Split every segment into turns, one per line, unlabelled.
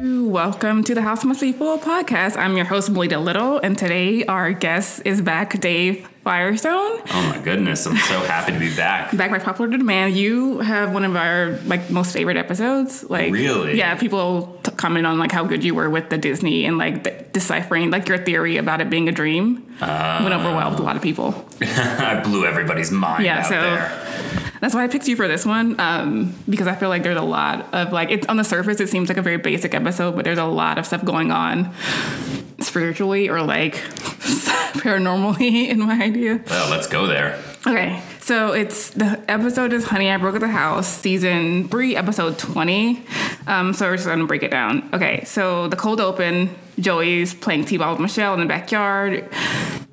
welcome to the House Must Be Full podcast. I'm your host, Melita Little, and today our guest is back, Dave Firestone.
Oh my goodness, I'm so happy to be back.
Back by popular demand, you have one of our like most favorite episodes. Like
Really?
yeah, people t- comment on like how good you were with the Disney and like de- deciphering like your theory about it being a dream. Went over well with a lot of people.
I blew everybody's mind
Yeah,
out
so-
there.
That's why I picked you for this one um, because I feel like there's a lot of like it's on the surface it seems like a very basic episode, but there's a lot of stuff going on spiritually or like paranormally in my idea.
Well, let's go there.
Okay, so it's the episode is "Honey, I Broke at the House," season three, episode twenty. Um, so we're just gonna break it down. Okay, so the cold open, Joey's playing t-ball with Michelle in the backyard.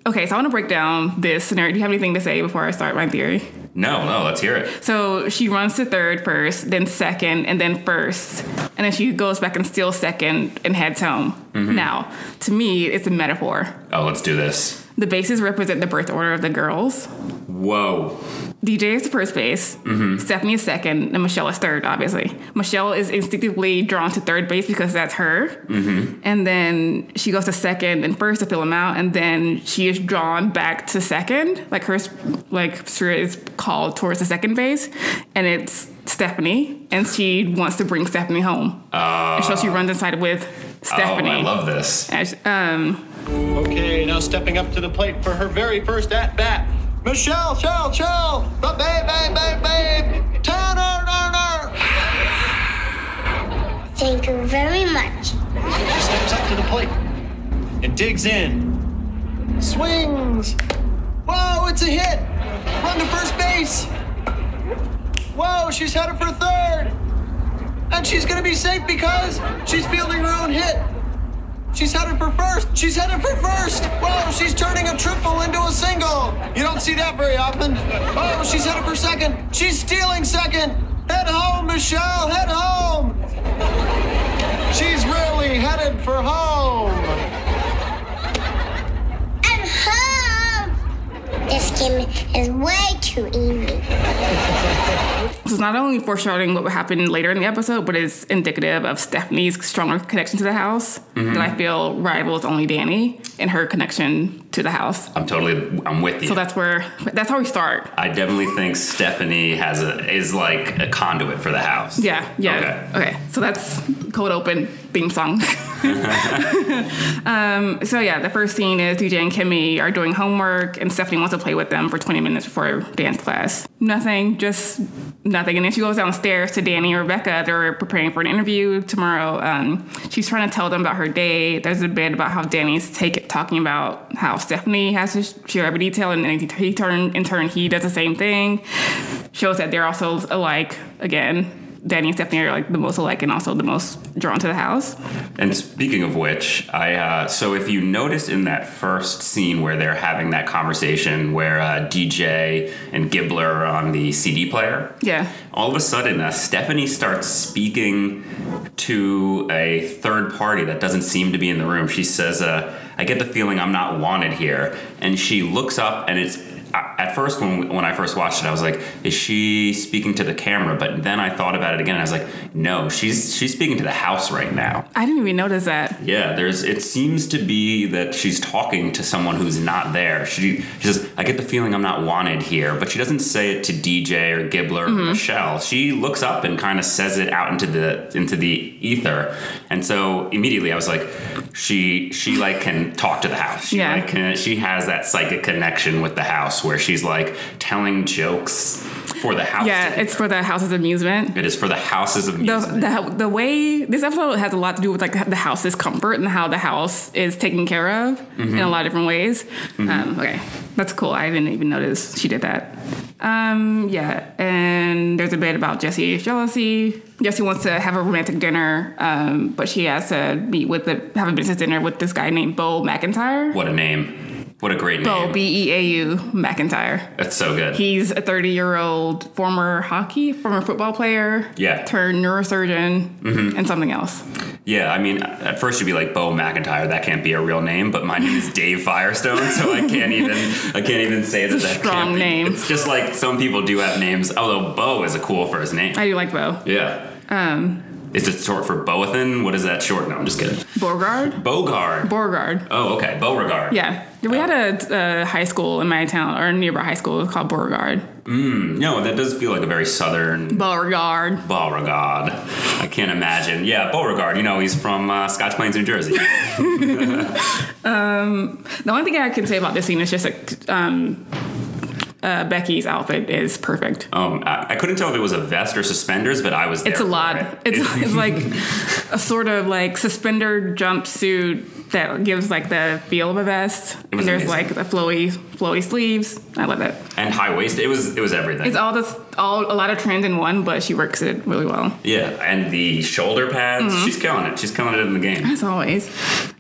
Okay, so I want to break down this scenario. Do you have anything to say before I start my theory?
No, no, let's hear it.
So she runs to third first, then second, and then first, and then she goes back and steals second and heads home. Now, to me, it's a metaphor.
Oh, let's do this.
The bases represent the birth order of the girls.
Whoa.
DJ is the first base,
Mm-hmm.
Stephanie is second, and Michelle is third, obviously. Michelle is instinctively drawn to third base because that's her.
Mm-hmm.
And then she goes to second and first to fill them out, and then she is drawn back to second. Like her sp- like spirit is called towards the second base, and it's Stephanie, and she wants to bring Stephanie home. and so she runs inside with Stephanie.
Ah. Oh, I love this.
As- um,
Okay, now stepping up to the plate for her very first at bat. Michelle, Chell, Chell, the babe, babe, babe, babe, Tanner, Turner.
Thank you very much.
Steps up to the plate and digs in. Swings. Whoa, it's a hit. Run to first base. Whoa, she's headed for third. And she's gonna be safe because she's fielding her own hit. She's headed for first. She's headed for first. Whoa, she's turning a triple into a single. You don't see that very often. Oh, she's headed for second. She's stealing second. Head home, Michelle. Head home. She's really headed for home.
I'm home. This game is way too easy.
So it's not only foreshadowing what would happen later in the episode, but it's indicative of Stephanie's stronger connection to the house that I feel rivals only Danny and her connection to the house.
I'm totally I'm with you.
So that's where that's how we start.
I definitely think Stephanie has a is like a conduit for the house.
Yeah, yeah. Okay. So that's cold open theme song. um, so yeah, the first scene is DJ and Kimmy are doing homework, and Stephanie wants to play with them for 20 minutes before dance class. Nothing, just nothing. And then she goes downstairs to Danny and Rebecca. They're preparing for an interview tomorrow. Um, she's trying to tell them about her day. There's a bit about how Danny's take talking about how Stephanie has to share every detail, and then he turn in turn he does the same thing. Shows that they're also alike again. Danny and Stephanie are like the most alike and also the most drawn to the house.
And speaking of which, I uh, so if you notice in that first scene where they're having that conversation where uh, DJ and Gibbler are on the CD player,
Yeah.
all of a sudden uh, Stephanie starts speaking to a third party that doesn't seem to be in the room. She says, uh, "I get the feeling I'm not wanted here," and she looks up and it's. I- At first, when when I first watched it, I was like, "Is she speaking to the camera?" But then I thought about it again, and I was like, "No, she's she's speaking to the house right now."
I didn't even notice that.
Yeah, there's. It seems to be that she's talking to someone who's not there. She she says, "I get the feeling I'm not wanted here," but she doesn't say it to DJ or Gibbler
Mm-hmm.
or Michelle. She looks up and kind of says it out into the into the ether, and so immediately I was like, "She she like can talk to the house. She
Yeah.
like can, she has that psychic connection with the house where she's like telling jokes for the house.
Yeah,
to
it's
hear.
for the house's amusement.
it is for the houses of
The,
music.
the, the way this episode has a lot to do with like the house's comfort and how the house is taken care of in a lot of different ways. Um, okay, that's cool. I didn't even notice she did that. Um, yeah, and there's a bit about Jesse's jealousy. Jesse wants to have a romantic dinner, um, but she has to meet with the have a business dinner with this guy named Bo McIntyre.
what a name! What a great
Bo
name!
B E A U McIntyre.
That's so good.
He's a 30 year old former hockey, former football player,
Yeah.
turned neurosurgeon, and something else.
Yeah, I mean, at first you'd be like Bo McIntyre. That can't be a real name, but my name is Dave Firestone, so I can't even I can't even say that.
It's a
that
strong
can't be-
name.
It's just like some people do have names. Although Bo is a cool first name.
I do like Bo.
yeah.
Um,
Is it short for Boathan? What is that short? No, I'm just kidding.
Beauregard?
Beauregard.
Beauregard.
Oh, okay. Beauregard.
Yeah. We had a, a high school in my town, or nearby high school, called Beauregard.
No, that does feel like a very southern
Beauregard.
Beauregard. I can't imagine. Yeah, Beauregard. You know, he's from uh, Scotch Plains, New Jersey.
The only thing I can say about this scene is just like um, uh, Becky's outfit is perfect.
Um, I, I couldn't tell if it was a vest or suspenders, but I was. There
It's a
for
lot.
it.
It's, it's like a sort of like suspender jumpsuit that gives like the feel of a vest.
It
And
was
there's like
amazing.
the flowy flowy sleeves. I love it.
and high waist. It was. It was everything.
It's all this all a lot of trends in one, but she works it really well.
yeah, and the shoulder pads.
Mm-hmm.
She's killing it. She's killing it in the game.
As always.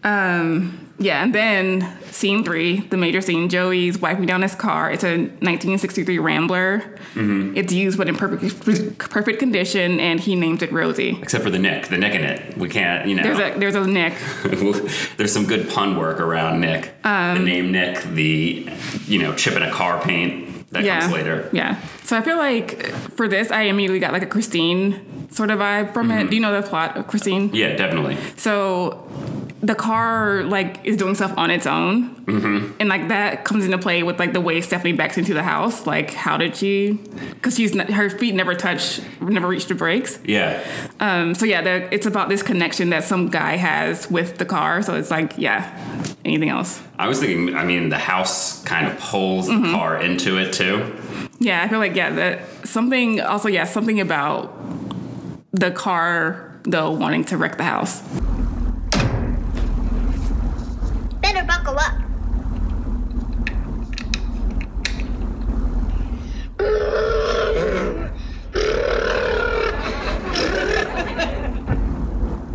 Um, yeah, and then scene three, the major scene, Joey's wiping down his car. It's a 1963 Rambler.
Mm-hmm.
It's used but in perfect perfect condition, and he names it Rosie.
Except for the Nick, the Nick in it. We can't. You know.
There's a there's a Nick.
There's some good pun work around Nick.
Um,
the name Nick, the you know chip in a car paint that
yeah.
comes later.
Yeah. So I feel like for this, I immediately got like a Christine sort of vibe from it. Do you know the plot of Christine?
Yeah, definitely.
So the car like is doing stuff on its own, and like that comes into play with like the way Stephanie backs into the house. Like, how did she? Because she's not, her feet never touch, never reach the brakes.
Yeah,
Um, so yeah, the, it's about this connection that some guy has with the car. So it's like, yeah, anything else?
I was thinking. I mean, the house kind of pulls
Mm-hmm.
the car into it too.
Yeah, I feel like yeah, that something. Also, yeah, something about the car though wanting to wreck the house.
Better buckle up.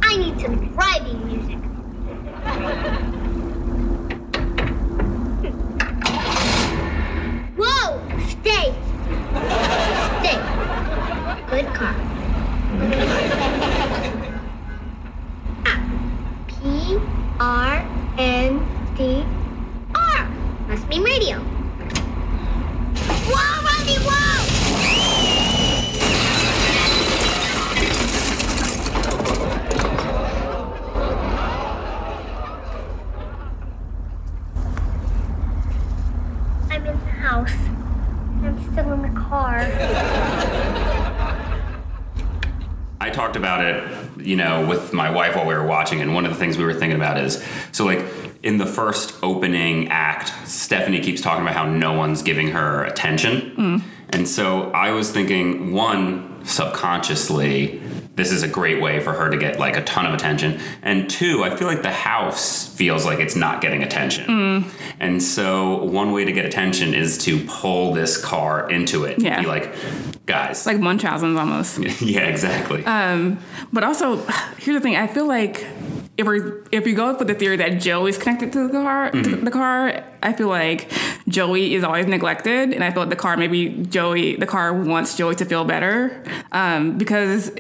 I need some driving music. Whoa! Stay! Stay. Good car. P R N D R. Must mean radio. Whoa, Rodney, whoa! I'm in the house. I'm still in the car.
I talked about it, you know, with my wife while we were watching, and one of the things we were thinking about is so, like, in the first opening act, Stephanie keeps talking about how no one's giving her attention.
Hmm.
And so I was thinking, one, subconsciously, this is a great way for her to get like a ton of attention. And two, I feel like the house feels like it's not getting attention.
Hmm.
And so one way to get attention is to pull this car into it.
Yeah.
Be like, guys.
Like Munchausen's almost.
yeah, exactly.
But also, here's the thing. I feel like if we are if we go with the theory that Joe is connected to the car, to the car, I feel like Joey is always neglected, and I feel like the car maybe Joey the car wants Joey to feel better um, because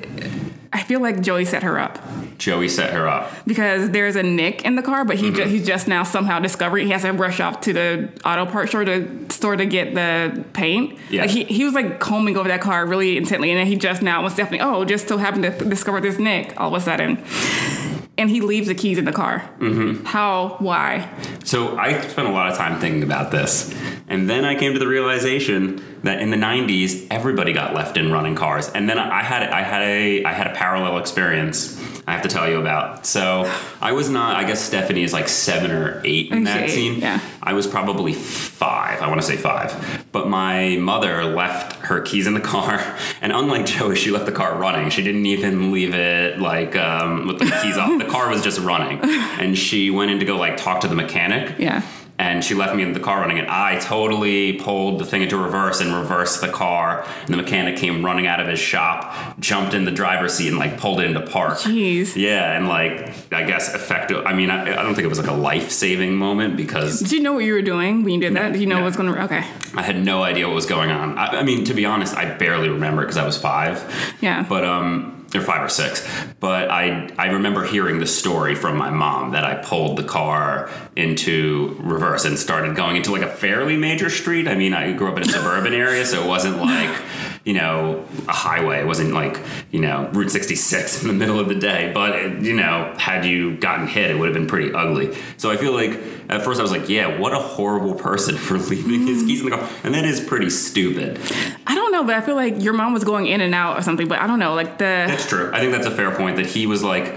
I feel like Joey set her up
Joey set her up.
because there's a nick in the car, but he
Mm-hmm.
ju- he's just now somehow discovered he has to rush off to the auto parts store to store to get the paint.
Yeah.
Like he, he was like combing over that car really intently, and then he just now was definitely oh just so happened to f- discover this nick all of a sudden, and he leaves the keys in the car. Mm-hmm. How? Why?
So I spent a lot of time thinking about this. And then I came to the realization that in the 90s everybody got left in running cars. And then I had I had a I had a parallel experience I have to tell you about. So I was not I guess Stephanie is like 7 or 8 in that
Okay,
scene.
yeah.
I was probably 5. I want to say 5. But my mother left her keys in the car and unlike Joey she left the car running. She didn't even leave it like um, with the keys off. The car was just running. And she went in to go like talk to the mechanic
Yeah.
and she left me in the car running and i totally pulled the thing into reverse and reversed the car and the mechanic came running out of his shop jumped in the driver's seat and like pulled it into park
Jeez.
yeah and like i guess effective i mean i, I don't think it was like a life-saving moment because
Did you know what you were doing when you did that? Did you know
no.
what's going to? Okay.
i had no idea what was going on i, I mean to be honest i barely remember because i was five
Yeah.
but um or five or six. But I I remember hearing the story from my mom that I pulled the car into reverse and started going into like a fairly major street. I mean, I grew up in a suburban area, so it wasn't like you know a highway. It wasn't like you know Route 66 in the middle of the day. But it, you know, had you gotten hit, it would have been pretty ugly. So I feel like at first I was like, yeah, what a horrible person for leaving his keys in the car, and that is pretty stupid.
I don't know, but I feel like your mom was going in and out or something. But I don't know, like the.
That's true. I think that's a fair point that he was like,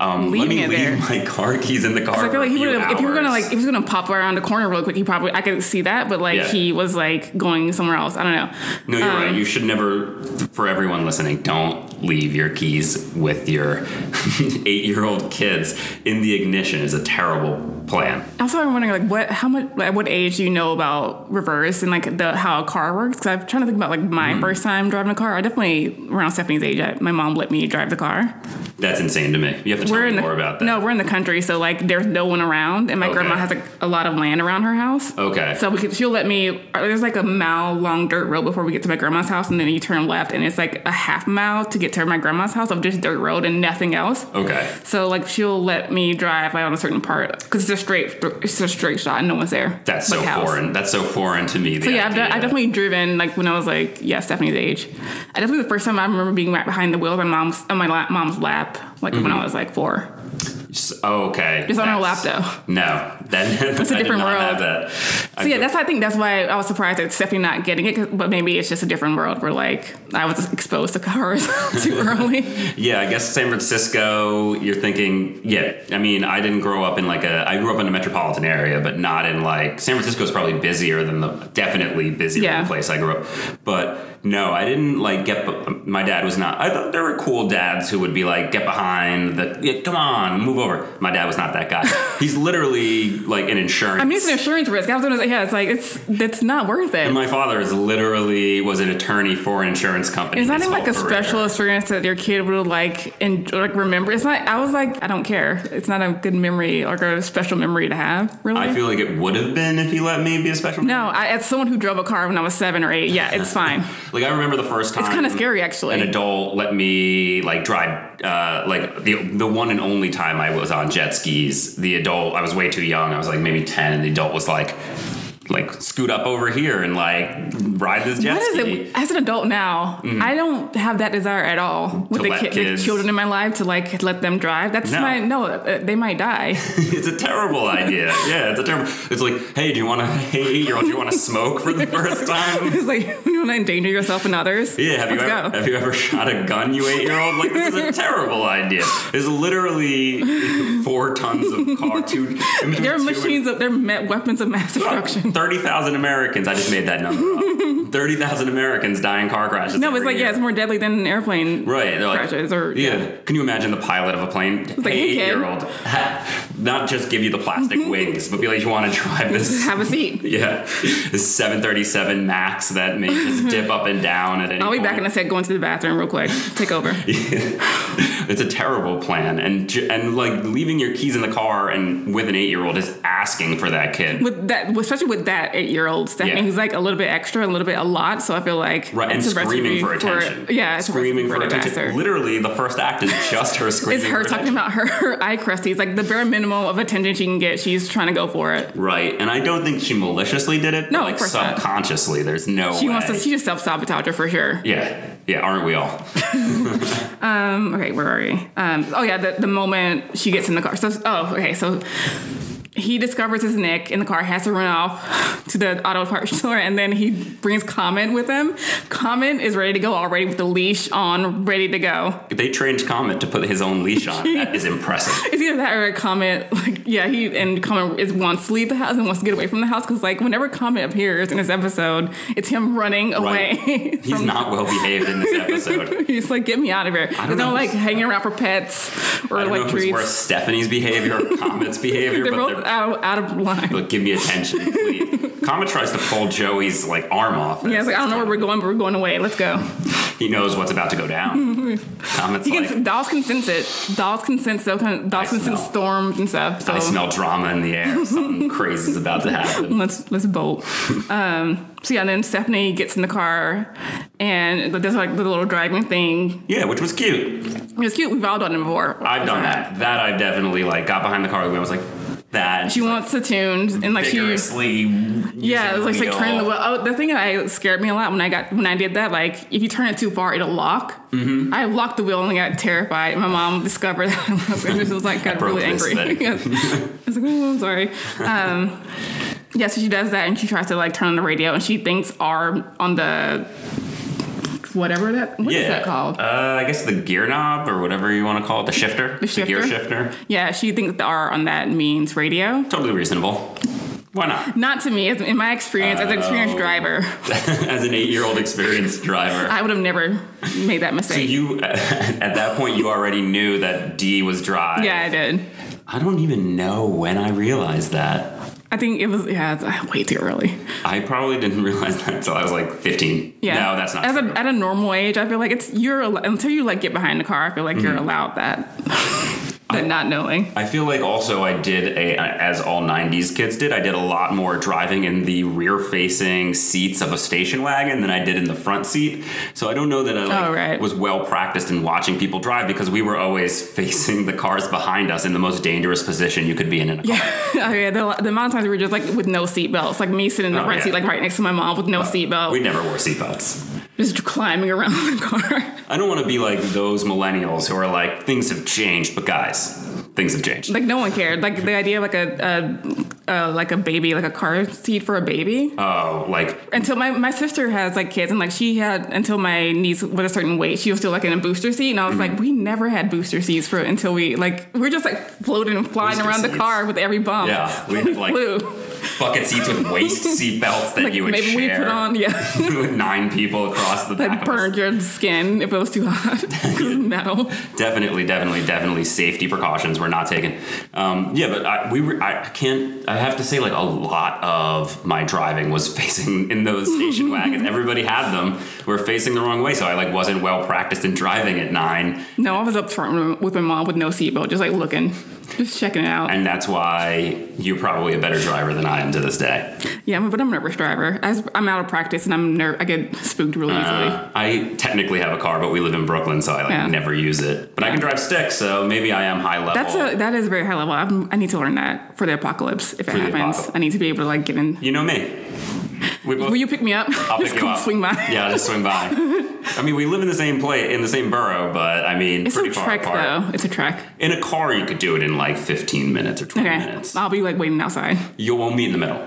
um, let
Leaving
me
it
leave
there.
my car keys in the car.
I feel
for
like
a
he
few
would have, if he were gonna like,
hours."
if he was gonna pop around the corner real quick, he probably I could see that, but like
Yeah.
he was like going somewhere else. I don't know.
No, you're right. You should never, for everyone listening, don't leave your keys with your eight year old kids in the ignition is a terrible plan.
Also, I'm wondering like what, how much, at what age do you know about reverse and like the how a car works? Because I'm trying to think about like my
Mm-hmm.
first time driving a car. I definitely around Stephanie's age. I, my mom let me drive the car.
That's insane to me. You have to tell
we're
me
in the,
more about that.
No, we're in the country, so like there's no one around, and my
Okay.
grandma has like a lot of land around her house.
Okay.
So we could, she'll let me. or There's like a mile long dirt road before we get to my grandma's house, and then you turn left, and it's like a half mile to get to my grandma's house of just dirt road and nothing else.
okay.
So like she'll let me drive like, on a certain part because it's a straight, it's a straight shot and no one's there.
That's
Like
so
house.
foreign. That's so foreign to me.
So yeah, I've, de- I've definitely driven like when I was like yeah Stephanie's age. I definitely the first time I remember being right behind the wheel of my mom's on my la- mom's lap like when I was like four.
Okay.
It's on her
Mm-hmm. That's-
lap,
No. That,
It's a
I did
different
not
world.
Have that. I
So yeah,
feel-
that's I think that's why I was surprised at Stephanie not getting it, 'cause- but maybe it's just a different world where like I was exposed to cars too early.
Yeah, I guess San Francisco, you're thinking, yeah. I mean, I didn't grow up in like a, I grew up in a metropolitan area, but not in like, San Francisco's probably busier than the, definitely busier than
Yeah.
the place I grew up. But no, I didn't like get, be- my dad was not, I thought there were cool dads who would be like, get behind the, yeah, come on, move over. My dad was not that guy. He's literally like an insurance.
I mean, it's an insurance risk. I was gonna say yeah, it's like it's it's not worth it.
And my father is literally was an attorney for an insurance company.
It's not
his
even like
whole
a
career.
special experience that your kid would like and like remember. It's not. I was like, I don't care. It's not a good memory or a special memory to have. Really,
I feel like it would have been if he let me be a special.
no. I, as someone who drove a car when I was seven or eight, yeah, it's fine.
Like I remember the first time.
It's kind of scary actually.
An adult let me like drive. Uh, like the the one and only time I was on jet skis. The adult I was way too young. I was like maybe ten, and the adult was like. Like scoot up over here and like ride this jet
What is
ski.
it? As an adult now, I don't have that desire at all with
Mm-hmm. To
the,
let
ki- the
kids-
children in my life to like let them drive. That's
No.
my no. uh, They might die.
It's a terrible idea. Yeah, it's a terrible. It's like, hey, do you want to? Hey, eight year old, do you want to smoke for the first time?
it's like you want to endanger yourself and others.
Yeah, have you
Let's
ever
go.
have you ever shot a gun, you eight year old? Like this is a terrible idea. There's literally four tons of car. Two, in
They're
between two and-
machines. Of, they're ma- weapons of mass destruction.
Thirty thousand Americans. I just made that number. up. Thirty thousand Americans die in car crashes.
No, it's
every
like yeah,
year.
it's more deadly than an airplane.
Right, they're like,
crashes or-
yeah. Can you imagine the pilot of a plane?
like,
hey,
hey, kid.
year old, not just give you the plastic wings, but be like, you want to drive this?
Have a seat.
Yeah, this 737 Max that may just dip up and down at any.
Mm-hmm. I'll be back
point.
in a sec. Going to the bathroom real quick. Take over.
it's a terrible plan and j- and like leaving your keys in the car and with an 8-year-old is asking for that kid
With that, especially with that eight-year-old Stephanie,
Yeah.
who's like a little bit extra, a little bit a lot. So I feel like
Right, and
it's a
screaming
recipe
for attention.
yeah, it's a
screaming
recipe
for attention.
disaster.
Literally, the first act is just her screaming.
It's her
for
talking
attention.
about her, her eye crusties, like the bare minimum of attention she can get. She's trying to go for it.
right, and I don't think she maliciously did it. but,
No, of
like
course not.
subconsciously, there's no.
She
way.
wants to. She's a self sabotager for sure.
yeah, yeah, aren't we all?
okay, where are we? Um, oh yeah, the, the moment she gets in the car. So oh, okay, so he discovers his nick in the car, has to run off to the auto parts store, and then he brings Comet with him. Comet is ready to go already with the leash on, ready to go.
They trained Comet to put his own leash on. that is impressive.
It's either that or Comet, like yeah, he and Comet is wants to leave the house and wants to get away from the house because like whenever Comet appears in this episode, it's him running
Right.
away.
He's
from-
not well behaved in this episode.
He's like, get me out of here.
don't
There's no
know.
like hanging around for pets or
I don't
like
know if
treats.
it's worth Stephanie's behavior or Comet's behavior,
they're
but
both out, out of line.
Like, give me attention, please. Comet tries to pull Joey's like arm off.
Yeah, it's like, I don't know where we're going, but we're going away. Let's go.
he knows what's about to go down. Comet's
He can,
like,
dolls can sense it. Dolls can sense those kind of, dolls
I
can sense
smell-
storms and stuff. So
I smell drama in the air. Something crazy is about to happen.
let's let's bolt. um, so yeah, then Stephanie gets in the car, and there's like the little driving thing.
Yeah, which was cute.
It's cute. We've all done it before.
I've done that. That I've definitely like got behind the car and I was like, that.
She wants to tune and like she
vigorously. using
Yeah, it's like, it's like turning the
wheel.
wheel. Oh, the thing that I scared me a lot when I got when I did that, like if you turn it too far, it'll lock. Mm-hmm. I locked the wheel and got terrified. My mom discovered that. I was, she was like, got
broke
really
this
angry.
thing.
Yes. I was like, oh, I'm sorry. Um, yeah, so she does that and she tries to like turn on the radio and she thinks R on the whatever that what is
yeah.
that called?
Uh, I guess the gear knob or whatever you want to call it, the shifter, the, gear shifter.
Yeah, she thinks the R on that means radio.
Totally reasonable. Why not?
Not to me, as- in my experience as an experienced
Oh.
driver,
As an eight-year-old experienced driver.
I would have never made that mistake.
so you, at that point, you already knew that D was dry.
yeah, I did.
I don't even know when I realized that.
I think it was yeah, it's uh, way too early.
I probably didn't realize that until I was like 15.
Yeah,
No, that's not
As
true.
a, at a normal age, I feel like it's you're al- until you like get behind the car. I feel like
Mm-hmm.
you're allowed that, that not knowing.
I feel like also I did a as all '90s kids did. I did a lot more driving in the rear-facing seats of a station wagon than I did in the front seat. So I don't know that I like,
Oh, right.
was well practiced in watching people drive because we were always facing the cars behind us in the most dangerous position you could be in in a car.
Yeah, oh, yeah. The, the amount of times we were just like with no seatbelts, like me sitting in the
Oh,
front
yeah.
seat, like right next to my mom with no seatbelt,
We never wore seatbelts.
just climbing around the car.
I don't want to be like those millennials who are like things have changed, but guys, things have changed.
like no one cared. Like the idea of like a, a, a like a baby, like a car seat for a baby.
Oh, like
until my, my sister has like kids and like she had until my niece was a certain weight she was still like in a booster seat and i was like
Mm-hmm.
we never had booster seats for until we like we're just like floating and flying
Booster
around the
seats.
car with every bump
Yeah, we had, like,
flew.
bucket seats with waist seatbelts that
like
you would
maybe
share.
we put on yeah
with nine people across the back
like
of a
burned your skin if it was too hot 'Cause metal
definitely, definitely, definitely safety precautions were not taken. Um, yeah, but I, we were, I can't, I have to say, like a lot of my driving was facing in those station wagons. Everybody had them. We were facing the wrong way, so I like wasn't well practiced in driving at nine,
no i was up front with my mom with no seatbelt just like looking just checking it out
and that's why you're probably a better driver than I am to this day.
yeah I'm- but i'm a nervous driver I was, i'm out of practice and i'm ner- i get spooked really easily
Uh, I technically have a car, but we live in Brooklyn, so I like
Yeah.
never use it. But I can drive stick, so maybe I am high level.
That's a that is very high level. I'm, I need to learn that for the apocalypse if it
the
happens.
apocalypse.
I need to be able to like get in.
you know me. We both
Will you pick me up?
I'll
Just
pick you
come
up.
Swing by.
Yeah, just swing by. I mean, we live in the same place, in the same borough, but I mean,
It's a
pretty far
trek
apart.
though. It's a trek.
In a car, you could do it in like 15 minutes or 20
Okay.
minutes.
I'll be like waiting outside.
You won't meet in the middle.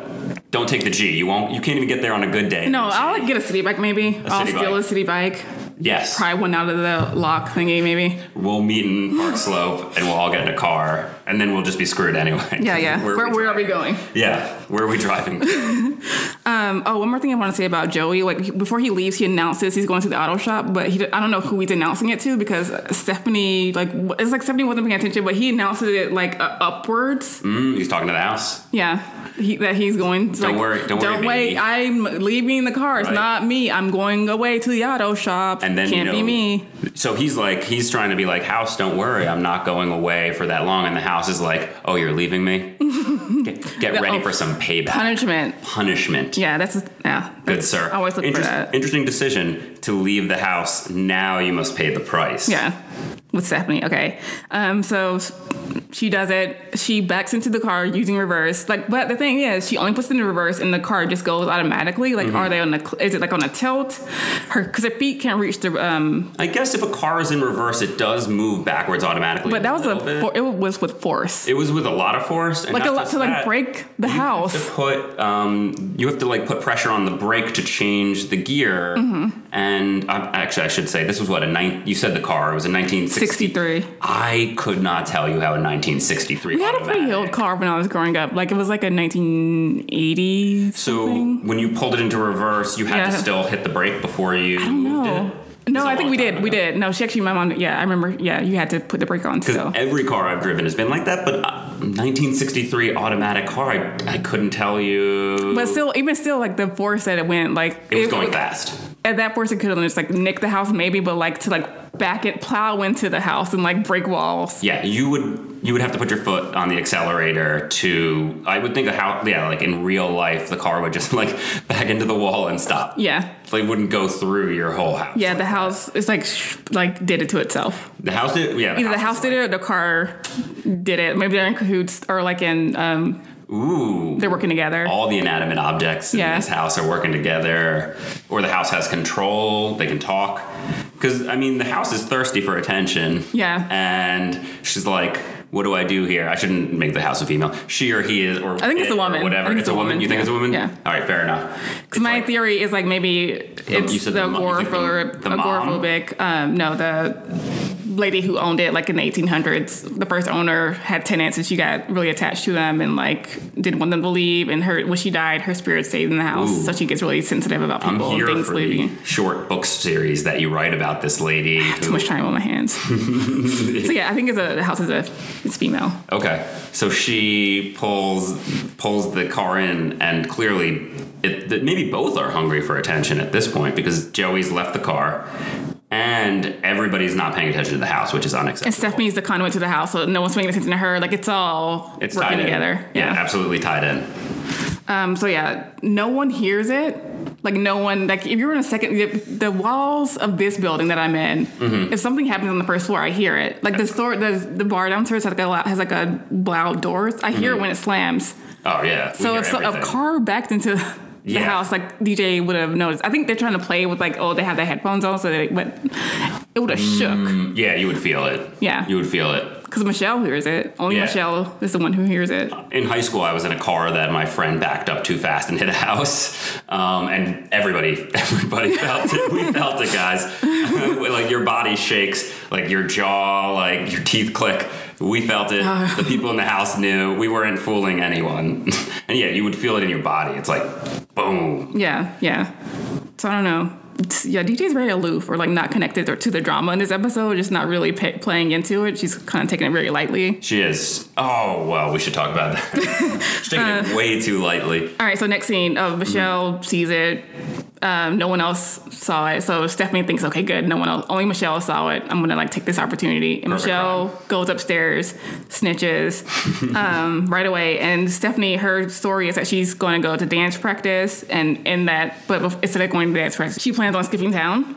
Don't take the G. You won't. You can't even get there on a good day.
No, I'll like get a city bike maybe. I'll
city
steal
bike.
a city bike.
Yes,
Probably one out of the lock thingy maybe.
we'll meet in Park Slope, and we'll all get in a car, and then we'll just be screwed anyway.
Yeah, yeah.
Where,
Where, where are we going?
driving? Yeah, where are we driving?
Um, oh, one more thing I want to say about Joey. Like he- before he leaves, he announces he's going to the auto shop, but he I don't know who he's announcing it to because Stephanie like w- it's like Stephanie wasn't paying attention, but he announces it like uh, upwards.
Mm, he's talking to the house.
Yeah, he, that he's going. To,
Don't
like,
worry- don't worry,
wait.
baby."
I'm leaving the car. It's
Right.
not me. I'm going away to the auto shop.
And then
can't
you know,
be me.
So he's like, he's trying to be like, house, don't worry, I'm not going away for that long. And the house is like, oh, you're leaving me. Get, get
No.
ready for some payback,
Punishment.
punishment.
Yeah, that's yeah.
Good
that's-
sir.
I always look
Interest-
for that.
Interesting decision to leave the house. Now you must pay the price.
Yeah, with Stephanie. Okay, um, so she does it. She backs into the car using reverse. Like, but the thing is, she only puts it in reverse, and the car just goes automatically.
Mm-hmm.
Like, are they on the? Is it like on a tilt? Her because her feet can't reach the. Um,
I guess if a car is in reverse, it does move backwards automatically.
but that was a.
little bit.
For, it was with force.
it was with a lot of force. And
like a
not
lot
just
to like
that,
break the
you have
house.
to put um, you have to like put pressure on the brake to change the gear.
Mm-hmm.
And um, actually, I should say this was what a nine. You said the car it was a 1960.
63.
I could not tell you how a 1963.
We had a pretty old
automatic-
car when I was growing up. Like it was like a 1980.
So when you pulled it into reverse, you had to
Yeah.
still hit the brake before you moved
No.
it.
No,
It's a
I think
long
we
time
did. We
ago.
did. No, she actually, my mom, yeah, I remember. Yeah, you had to put the brake on.
Because
So.
every car I've driven has been like that, but uh, 1963 automatic car, I, I couldn't tell you.
But still, even still, like the force that it went, like
it was going fast.
at that person could have just like nicked the house maybe, but like to like back it, plow into the house and like break walls.
Yeah, you would you would have to put your foot on the accelerator to. I would think a how yeah, like in real life, the car would just like back into the wall and stop.
Yeah.
Like wouldn't go through your whole house.
Yeah, the house is like sh- like did it to itself.
the house did. Yeah,
Either the house
is
did it or the car did it. Maybe they're in cahoots or like in um
like, Ooh,
they're working together.
all the inanimate objects in
Yeah.
this house are working together, or the house has control. They can talk. Because I mean, the house is thirsty for attention.
Yeah.
and she's like. What do I do here? I shouldn't make the house a female. She or he is, or
I think it's
it
a
or
woman.
Whatever.
I think
it's, a woman. You think
yeah.
it's a woman?
Yeah.
All right. Fair enough. It's
my
like-
theory is like maybe
you
it's the,
said the mo- you think the-
agoraphobic,
the mom?
agoraphobic um, no, the lady who owned it like in the 1800s. The first owner had tenants and she got really attached to them and like didn't want them to leave. And her when she died, her spirit stayed in the house,
Ooh.
so she gets really sensitive about
I'm
people and
here
things
for
leaving.
the short book series that you write about this lady.
Too much time on my hands. so yeah, I think it's a the house is a it's female.
Okay, so she pulls pulls the car in, and clearly, it, that maybe both are hungry for attention at this point because Joey's left the car, and everybody's not paying attention to the house, which is unacceptable.
And Stephanie's the conduit to the house, so no one's paying attention to her. Like it's all
it's
working
tied in.
together.
yeah, absolutely tied in.
Um, so yeah, no one hears it. Like no one, like if you were in a second, the, the walls of this building that I'm in,
Mm-hmm.
if something happens on the first floor, I hear it. Like the store, the, the bar downstairs has like a loud, has like a loud doors. I hear it when it slams.
Oh yeah. we
So
Mm-hmm. hear
if so, a
everything.
car backed into the
Yeah.
house, like DJ would have noticed. I think they're trying to play with like, oh, they have their headphones on, so they, but it would have shook
yeah, you would feel it.
Yeah.
you would feel it.
because Michelle hears it. Only
Yeah.
Michelle is the one who hears it.
in high school, I was in a car that my friend backed up too fast and hit a house, um, and everybody, everybody felt it. We felt it, guys. like your body shakes, like your jaw, like your teeth click. We felt it. the people in the house knew. We weren't fooling anyone. and yeah, you would feel it in your body. It's like, boom.
Yeah, yeah. So I don't know. It's, yeah, DJ's very aloof or like not connected or to the drama in this episode, just not really pa playing into it. She's kind of taking it very lightly.
She is. Oh well, we should talk about that. She's taking it way too lightly.
All right, so next scene of Michelle sees it. Um, no one else saw it, so Stephanie thinks, okay, good. No one else, only Michelle saw it. I'm gonna like take this opportunity. And
Perfect
Michelle
crime.
goes upstairs, snitches um, right away. And Stephanie, her story is that she's going to go to dance practice, and in that, but bef- instead of going to dance practice, she plans on skipping town.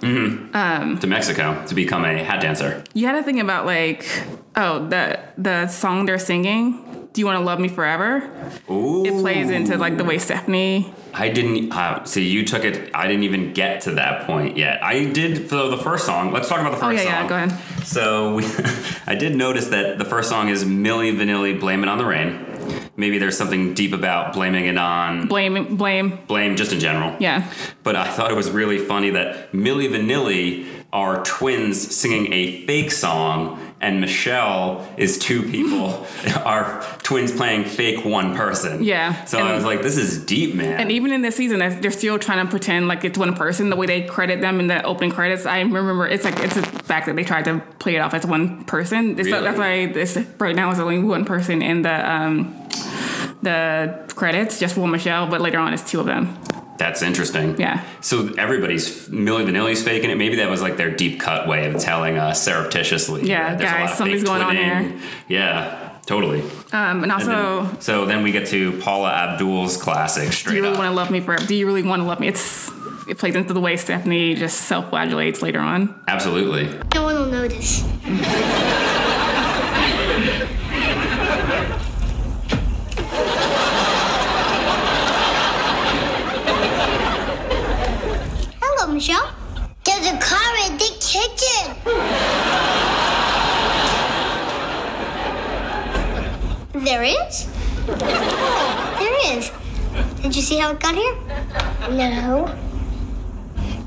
To Mexico to become a hat dancer.
You had to think about like, oh, the the song they're singing. Do you want to love me forever?
Ooh.
It plays into like the way Stephanie.
I didn't. Uh, see, you took it. I didn't even get to that point yet. I did. So the first song. Let's talk about the first
Oh yeah,
song.
yeah. Go ahead.
So we, I did notice that the first song is Milli Vanilli, "Blame It on the Rain." Maybe there's something deep about blaming it on
Blame, blame.
blame just in general.
Yeah,
But I thought it was really funny that Milli Vanilli are twins singing a fake song, and Michelle is two people are twins playing fake one person.
Yeah.
So I
And-
was like, this is deep, man.
and even in this season, that's- they're still trying to pretend like it's one person. The way they credit them in the opening credits, I remember it's like it's a fact that they tried to play it off as one person. It's not- that's why
Really?
this right now is only one person in the um, the credits, just one Michelle. But later on, it's two of them.
That's interesting.
Yeah.
So everybody's Millie Vanilli's faking it. Maybe that was like their deep cut way of telling us surreptitiously.
Yeah,
that there's a
guys,
lot of
something's
fake
going on
twinning.
here.
Yeah, totally.
Um,
And
and also.
then- so then we get to Paula Abdul's classic straight
Do you really
up.
want to love me forever? Do you really want to love me? It's it plays into the way Stephanie just self-flagellates later on.
Absolutely.
No one will notice. Hello, Michelle. There's a car in the kitchen. There is? There is. Did you see how it got here? No.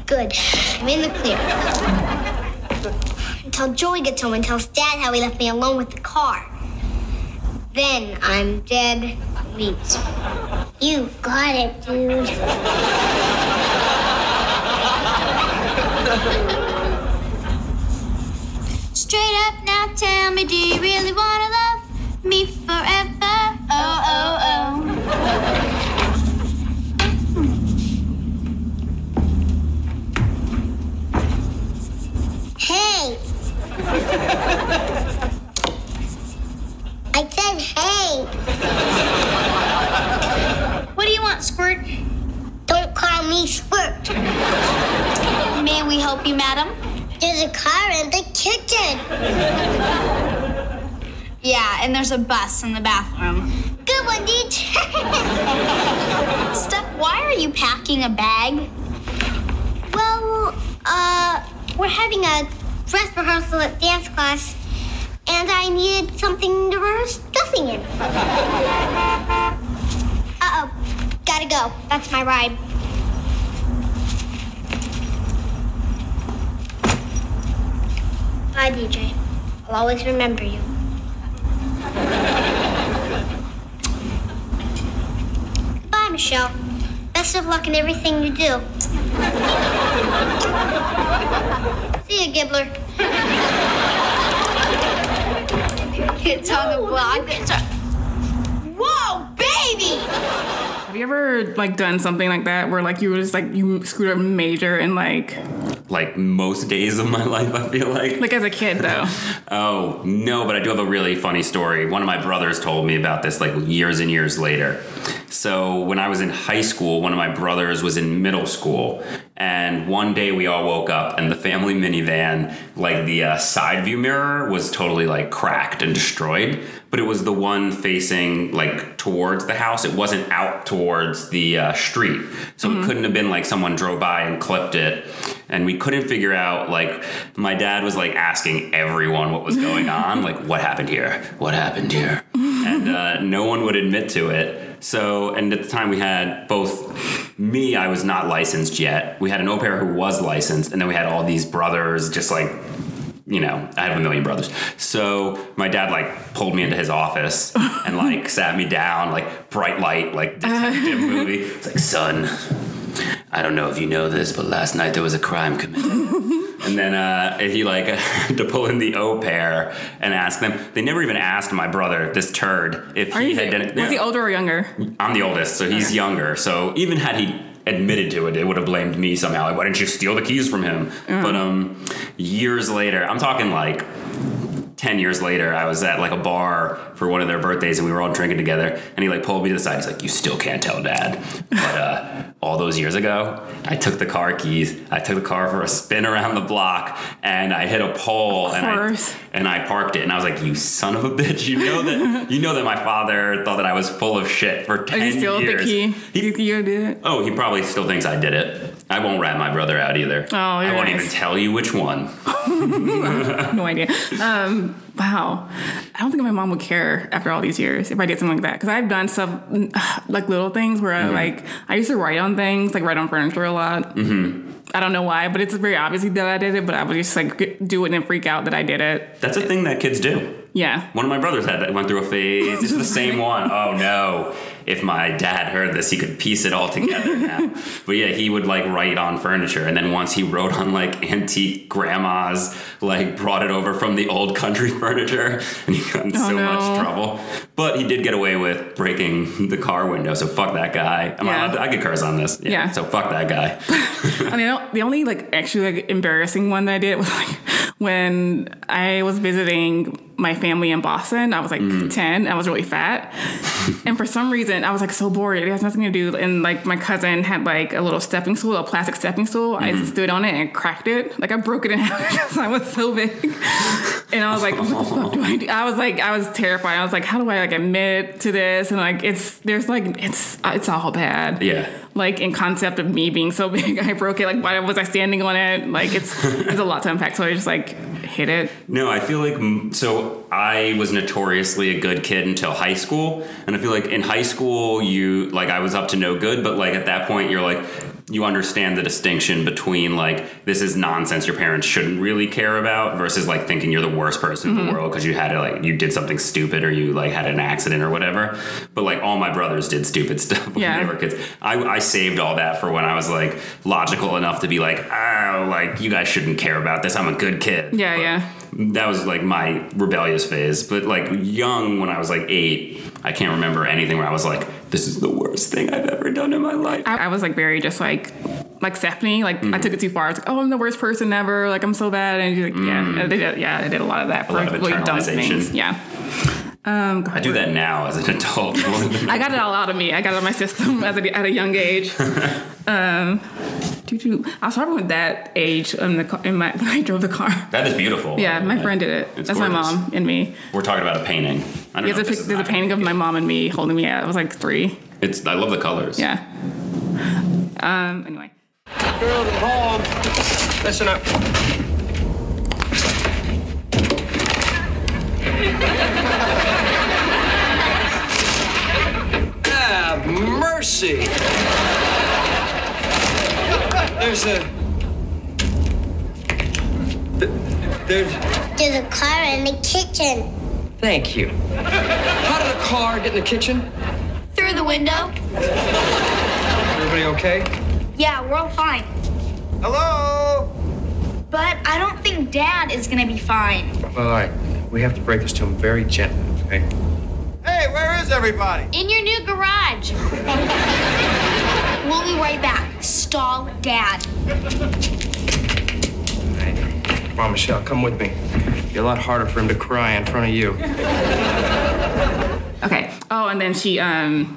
Good. I'm in the clear until Joey gets home and tells Dad how he left me alone with the car. Then I'm dead meat. You got it, dude. Straight up now, tell me, do you really wanna love me forever? Oh, oh, oh.
help you, madam?
There's a car in the kitchen.
Yeah, and there's a bus in the bathroom.
Good one, Deej.
Steph, why are you packing a bag?
well, uh, we're having a dress rehearsal at dance class, and I needed something to rehearse dressing in. Uh oh, gotta go. That's my ride. Bye, DJ. I'll always remember you. Bye, Michelle. Best of luck in everything you do. See ya, Gibbler.
Kids on the block. Whoa, baby!
Have you ever like done something like that where like you were just like you screwed up major and like
Like most days of my life, I feel like.
like as a kid though?
Oh, no, but I do have a really funny story. One of my brothers told me about this like years and years later. So, when I was in high school, one of my brothers was in middle school. And one day we all woke up and the family minivan, like the uh, side view mirror, was totally like cracked and destroyed. But it was the one facing like towards the house. It wasn't out towards the uh, street. So, it couldn't have been like someone drove by and clipped it and we couldn't figure out like my dad was like asking everyone what was going on like what happened here what happened here and uh, no one would admit to it so and at the time we had both me i was not licensed yet we had an au pair who was licensed and then we had all these brothers just like you know, I have a million brothers. So my dad like pulled me into his office and like sat me down, like bright light, like detective movie. It's like, son, I don't know if you know this, but last night there was a crime committed. and then uh, he like had to pull in the O pair and ask them. They never even asked my brother, this turd, if
Are
he
you
had done it.
was he older or younger?
I'm the oldest, so he's younger. So even had he admitted to it, they would have blamed me somehow. Like, why didn't you steal the keys from him?
Uh-huh.
But um, years later, I'm talking like. 10 years later i was at like a bar for one of their birthdays and we were all drinking together and he like pulled me to the side he's like you still can't tell dad but uh all those years ago i took the car keys i took the car for a spin around the block and i hit a pole and
course.
i and I parked it, and I was like, "You son of a bitch! You know that you know that my father thought that I was full of shit for
Are
ten
you still
years."
the key?
He-
you, you did it.
oh, he probably still thinks I did it. I won't rat my brother out either.
Oh, you're
I won't
nice.
even tell you which one.
No idea. Um, wow. I don't think my mom would care after all these years if I did something like that. Because I've done stuff like little things where I like I used to write on things, like write on furniture a lot. Mm-hmm. I don't know why, but it's very obvious that I did it. But I would just like g- do it and freak out that I did it.
That's a thing that kids do.
Yeah.
One of my brothers had that went through a phase. It's the same one. Oh no! If my dad heard this, he could piece it all together now. but yeah, he would like write on furniture, and then once he wrote on like antique grandmas, like brought it over from the old country furniture, and he got in so
Oh, no.
much trouble. But he did get away with breaking the car window, so fuck that guy. Am I,
Yeah.
allowed to- I could curse on this.
Yeah.
So fuck that guy.
I mean, I don't- the only like actually like embarrassing one that I did was like when I was visiting my family in Boston. I was like ten. I was really fat, and for some reason I was like so bored. It has nothing to do. And like my cousin had like a little stepping stool, a plastic stepping stool. I stood on it and cracked it. Like I broke it in half because I was so big. And I was like, what the fuck do I do? I was like, I was terrified. I was like, how do I like admit to this? And like, it's there's like it's it's all bad
yeah.
like in concept of me being so big I broke it like why was I standing on it like it's it's a lot to unpack so I just like hit it
No, I feel like m- so I was notoriously a good kid until high school, and I feel like in high school you like I was up to no good, but like at that point you're like you understand the distinction between like this is nonsense your parents shouldn't really care about versus like thinking you're the worst person
Mm-hmm.
in the world because you had to like you did something stupid or you like had an accident or whatever. But like all my brothers did stupid stuff when
Yeah.
they were kids. I, I saved all that for when I was like logical enough to be like, oh, like you guys shouldn't care about this. I'm a good kid.
yeah
But-
yeah
that was like my rebellious phase. But like young, when I was like eight, I can't remember anything where I was like, "This is the worst thing I've ever done in my life."
I, I was like very just like like Stephanie like
Mm-hmm.
I took it too far I was like oh I'm the worst person ever like I'm so bad and she's like yeah I did, yeah I did a lot of that for
Mm-hmm. lot
like, really
of
dumb
internalization.
things yeah um
I do that now as an adult.
I got it all out of me I got it out of my system as a, at a young age Um, doo-doo. I was probably with that age in the car, in my when I drove the car.
That is beautiful.
Yeah, my friend did it.
It's
That's my
gorgeous.
mom and me.
We're talking about a painting. I don't
There's a,
know. if
pic-
this is
there's a
not-
painting of my mom and me holding me out. I was like three.
It's. I love the colors.
Yeah. Um. Anyway.
Girl, the bomb. Listen up. Have mercy. There's a. th- There's.
There's a car in the kitchen.
Thank you. How did a car get in the kitchen?
Through the window?
Everybody okay?
Yeah, we're all fine.
Hello?
But I don't think Dad is gonna be fine.
All right. We have to break this to him very gently, okay? Hey, where is everybody?
In your new garage. we'll be right back. Stall Dad.
Come on, Michelle, come with me. It'd be a lot harder for him to cry in front of you.
Oh,
Okay. Oh, and then she um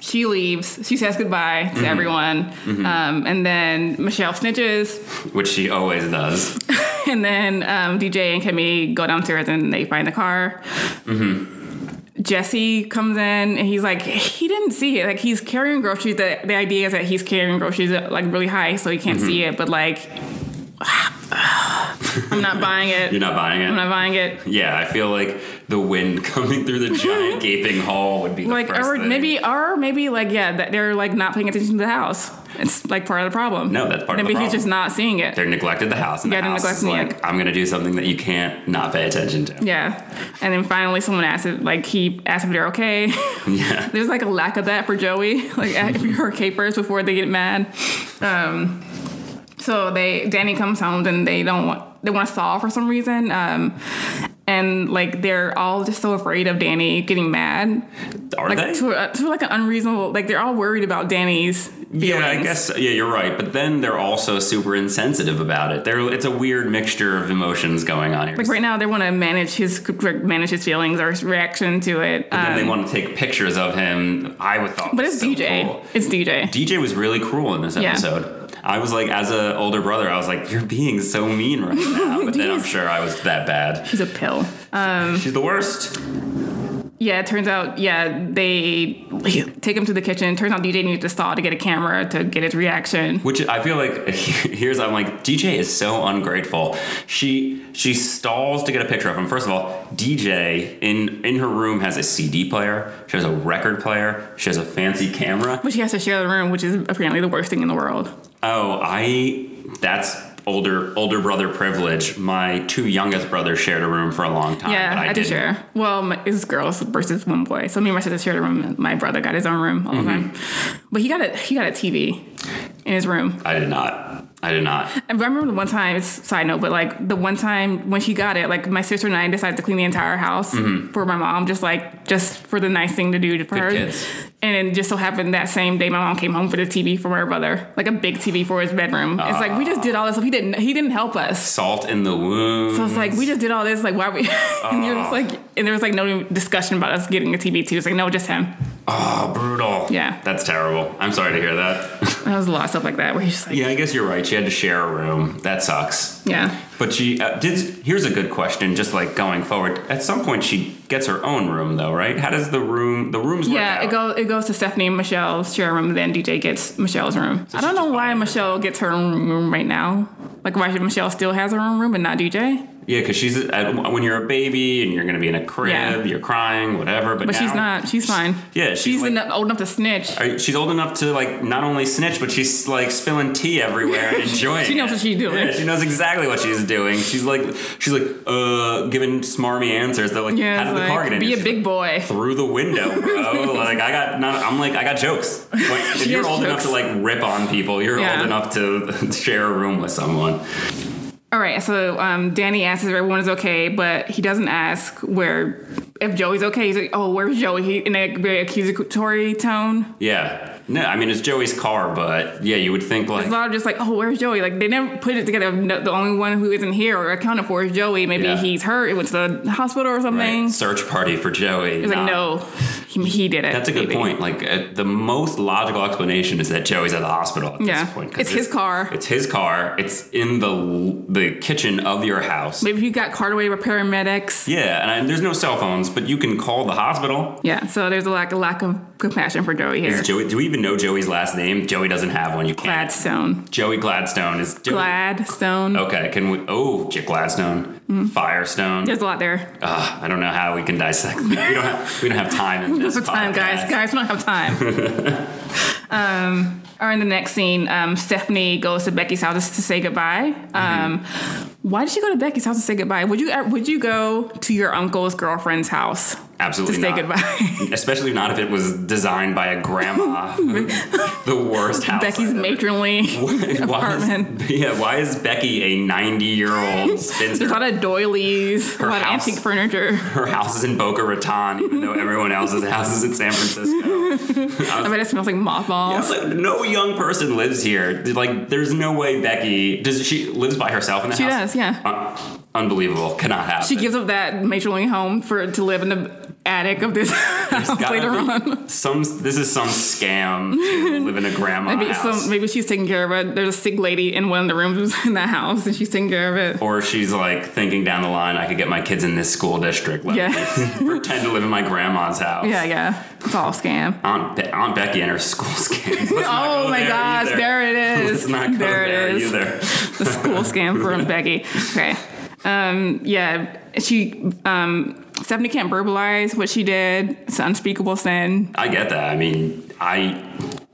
she leaves. She says goodbye to everyone. Um, and then Michelle snitches.
Which she always does.
And then um, DJ and Kimmy go downstairs and they find the car. Jesse comes in and he's like, he didn't see it. Like he's carrying groceries. The, the idea is that he's carrying groceries at, like really high, so he can't see it. But like, I'm not buying it.
You're not buying it.
I'm not buying it.
yeah, I feel like the wind coming through the giant gaping hole would be the
Like,
first
or
thing.
maybe, or maybe, like, yeah, that they're like not paying attention to the house. It's like part of the problem.
No, that's part of
maybe
the
he's
problem.
just not seeing it.
They neglected the house, and
Yeah,
the
they're
house is
neglecting
like,
it.
"I'm going to do something that you can't not pay attention to."
yeah, and then finally, someone asks if, like, he asks if they're okay.
Yeah.
There's like a lack of that for Joey, like at your capers before they get mad. Um, so they Danny comes home and they don't want they want to solve for some reason. Um, and like they're all just so afraid of Danny getting mad,
Are
like
they?
to, uh, to like an unreasonable. Like they're all worried about Danny's.
yeah, I
feelings.
guess. Yeah, you're right. But then they're also super insensitive about it. They're, it's a weird mixture of emotions going on here.
Like right now, they want to manage his manage his feelings or his reaction to it.
But then
Um,
they want to take pictures of him. I would thought,
but
was
it's
so
DJ.
cool.
It's DJ.
DJ was really cruel in this
Yeah.
episode. I was like, as an older brother, I was like, "You're being so mean right now." But then I'm
Jeez. Hmm.
sure I was that bad.
She's a pill. Uh,
She's the worst.
Yeah, it turns out, yeah, they take him to the kitchen. Turns out DJ needs to stall to get a camera to get his reaction.
Which I feel like here's I'm like DJ is so ungrateful. She she stalls to get a picture of him. First of all, DJ in in her room has a CD player. She has a record player. She has a fancy camera.
But she has to share the room, which is apparently the worst thing in the world.
Oh, I that's older older brother privilege. My two youngest brothers shared a room for a long time.
Yeah,
Uh, but I,
I, did
didn't.
share. Well, my, it's girls versus one boy. So me and my sister shared a room. My brother got his own room
Mm-hmm.
all the time. But he got a he got a TV in his room.
I did not. I did not.
And I remember the one time, it's side note, but like the one time when she got it, like my sister and I decided to clean the entire house
Mm-hmm.
for my mom, just like just for the nice thing to do for
Good
her.
kids.
And it just so happened that same day, my mom came home for the TV for her brother, like a big TV for his bedroom. it's like we just did all this stuff. He didn't. He didn't help us.
Salt in the wound.
So I was like, we just did all this. Like, why we? and you're just like, and there was like no discussion about us getting a TV too. It's like, no, just him.
oh, brutal.
Yeah.
that's terrible. I'm sorry to hear that.
That was a lot of stuff like that where he's just like,
yeah, I guess you're right. She had to share a room. That sucks.
yeah.
But she uh, did. Here's a good question. Just like going forward, at some point she gets her own room, though, right? How does the room? The rooms. work
Yeah,
out?
it goes it goes to Stephanie and Michelle's share room, then DJ gets Michelle's room. I don't
she's
know
just
why
buying
Michelle gets her own room right now. Like why should Michelle still has her own room and not DJ?
Yeah, because she's at, when you're a baby and you're gonna be in a crib,
Yeah.
you're crying, whatever. But,
But
now-
she's not. She's fine.
Yeah, she's
she's
like-
enough, old enough to snitch.
Are you- she's old enough to like not only snitch, but she's like spilling tea everywhere and enjoying.
She knows
it.
what she's doing.
Yeah, she knows exactly what she's doing. She's like, she's like, uh, giving smarmy answers. They're like,
Yeah,
how did
it's
the car
like,
get in?
be
here?"
a
She's
big
like,
boy.
through the window, bro. like I got, not, I'm like, I got jokes. But if
She
you're
has
old enough to
jokes.
like rip on people, you're
Yeah.
old enough to share a room with someone.
All right, so um, Danny asks if everyone is okay, but he doesn't ask where if Joey's okay. He's like, "Oh, where's Joey?" He, in a very accusatory tone.
Yeah. No, I mean it's Joey's car, but yeah, you would think like
It's a lot of just like, "Oh, where's Joey?" Like they never put it together. No, the only one who isn't here or accounted for is Joey. Maybe
Yeah.
he's hurt. It went to the hospital or something.
Right. Search party for Joey.
He's like,
Nah.
no. He, he did it.
That's a good
maybe.
point. Like uh, the most logical explanation is that Joey's at the hospital at
Yeah.
this point. 'cause
It's his car.
It's his car. It's in the the kitchen of your house.
Maybe he got carted away by paramedics.
Yeah, and I, there's no cell phones, but you can call the hospital.
Yeah, so there's a lack, a lack of compassion for Joey here.
Is Joey? Do we even know Joey's last name? Joey doesn't have one. You can't.
Gladstone.
Joey Gladstone is. Joey.
Gladstone.
Okay, can we? Oh, J- Gladstone,
Mm.
Firestone.
There's a lot there.
Ugh, I don't know how we can dissect. That. We don't. Have, we don't have time in this
That's time, guys.
podcast.
Guys, we don't have time. um, or in the next scene, um, Stephanie goes to Becky's house to say goodbye. Um,
Mm-hmm.
Why did she go to Becky's house to say goodbye? Would you uh, would you go to your uncle's girlfriend's house to
Absolutely
say
not.
goodbye?
Especially not if it was designed by a grandma. the worst house.
Becky's
I've ever-
matronly apartment.
Why is, yeah, why is Becky a 90 year old
There's a lot
spinster?
of doilies, a lot of
house.
antique furniture.
Her house is in Boca Raton, even though everyone else's house is in San Francisco.
I bet it smells like
I
mothballs.
was like, no young person lives here. Like, there's no way Becky does. She lives by herself in the
She
house.
does, yeah.
Un- unbelievable. Cannot happen.
She gives up that matronly home for to live in the attic of this house
Gotta
later
be
on.
Some this is some scam. to live in a grandma
Maybe
house.
some maybe she's taking care of it. There's a sick lady in one of the rooms in that house, and she's taking care of it.
or she's like thinking down the line, I could get my kids in this school district. Let
Yeah.
me pretend to live in my grandma's house.
Yeah, yeah, it's all a scam.
Aunt, Be- Aunt Becky and her school scams. Let's not
oh
go
my
there
gosh,
either.
there it
Let's
is.
not go
there
there,
it is.
either.
the school scam for Becky. Okay. Um, yeah, she um, Stephanie can't verbalize what she did. It's an unspeakable sin.
I get that. I mean, I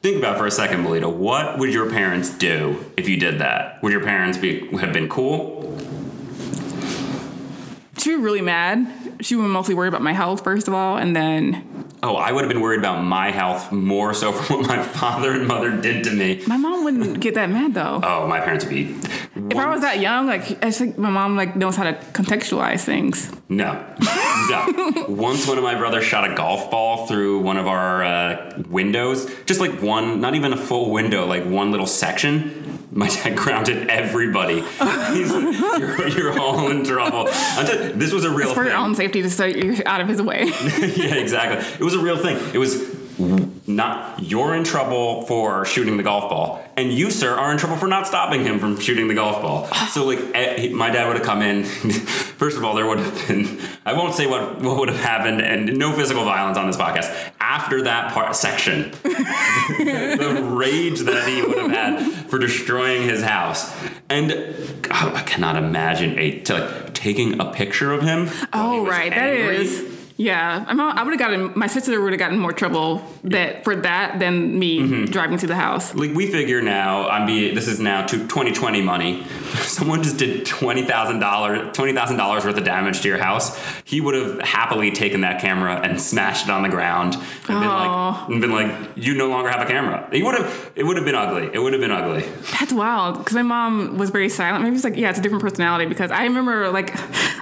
think about it for a second, Melita. What would your parents do if you did that? Would your parents be have been cool?
She was really mad. She was mostly worried about my health first of all, and then
Oh, I would have been worried about my health more so from what my father and mother did to me.
my mom wouldn't get that mad though.
Oh, my parents would be.
If I was that young, like I think my mom like knows how to contextualize things.
No. no. Once one of my brothers shot a golf ball through one of our uh, windows, just like one, not even a full window, like one little section. My dad grounded everybody. He's like, you're, you're all in trouble. I'm tell- this was a real
For
thing.
your own safety, just so you're out of his way.
yeah, exactly. It was a real thing. It was not you're in trouble for shooting the golf ball, and you, sir, are in trouble for not stopping him from shooting the golf ball. So, like, eh, he- my dad would have come in. First of all, there would have been I won't say what what would have happened, and no physical violence on this podcast. After that part section, the rage that he would have had for destroying his house, and God, I cannot imagine a to, like, taking a picture of him. while he
oh
was
right,
angry.
that is. Yeah, I'm, I would have gotten my sister would have gotten more trouble that for that than me
Mm-hmm.
driving to the house.
like we figure now i'm be this is now to 2020 money someone just did $20000 $20000 worth of damage to your house he would have happily taken that camera and smashed it on the ground and been
Aw.
like and been like you no longer have a camera he would have it would have been ugly it would have been ugly
That's wild because my mom was very silent. Maybe it's like yeah, it's a different personality because I remember like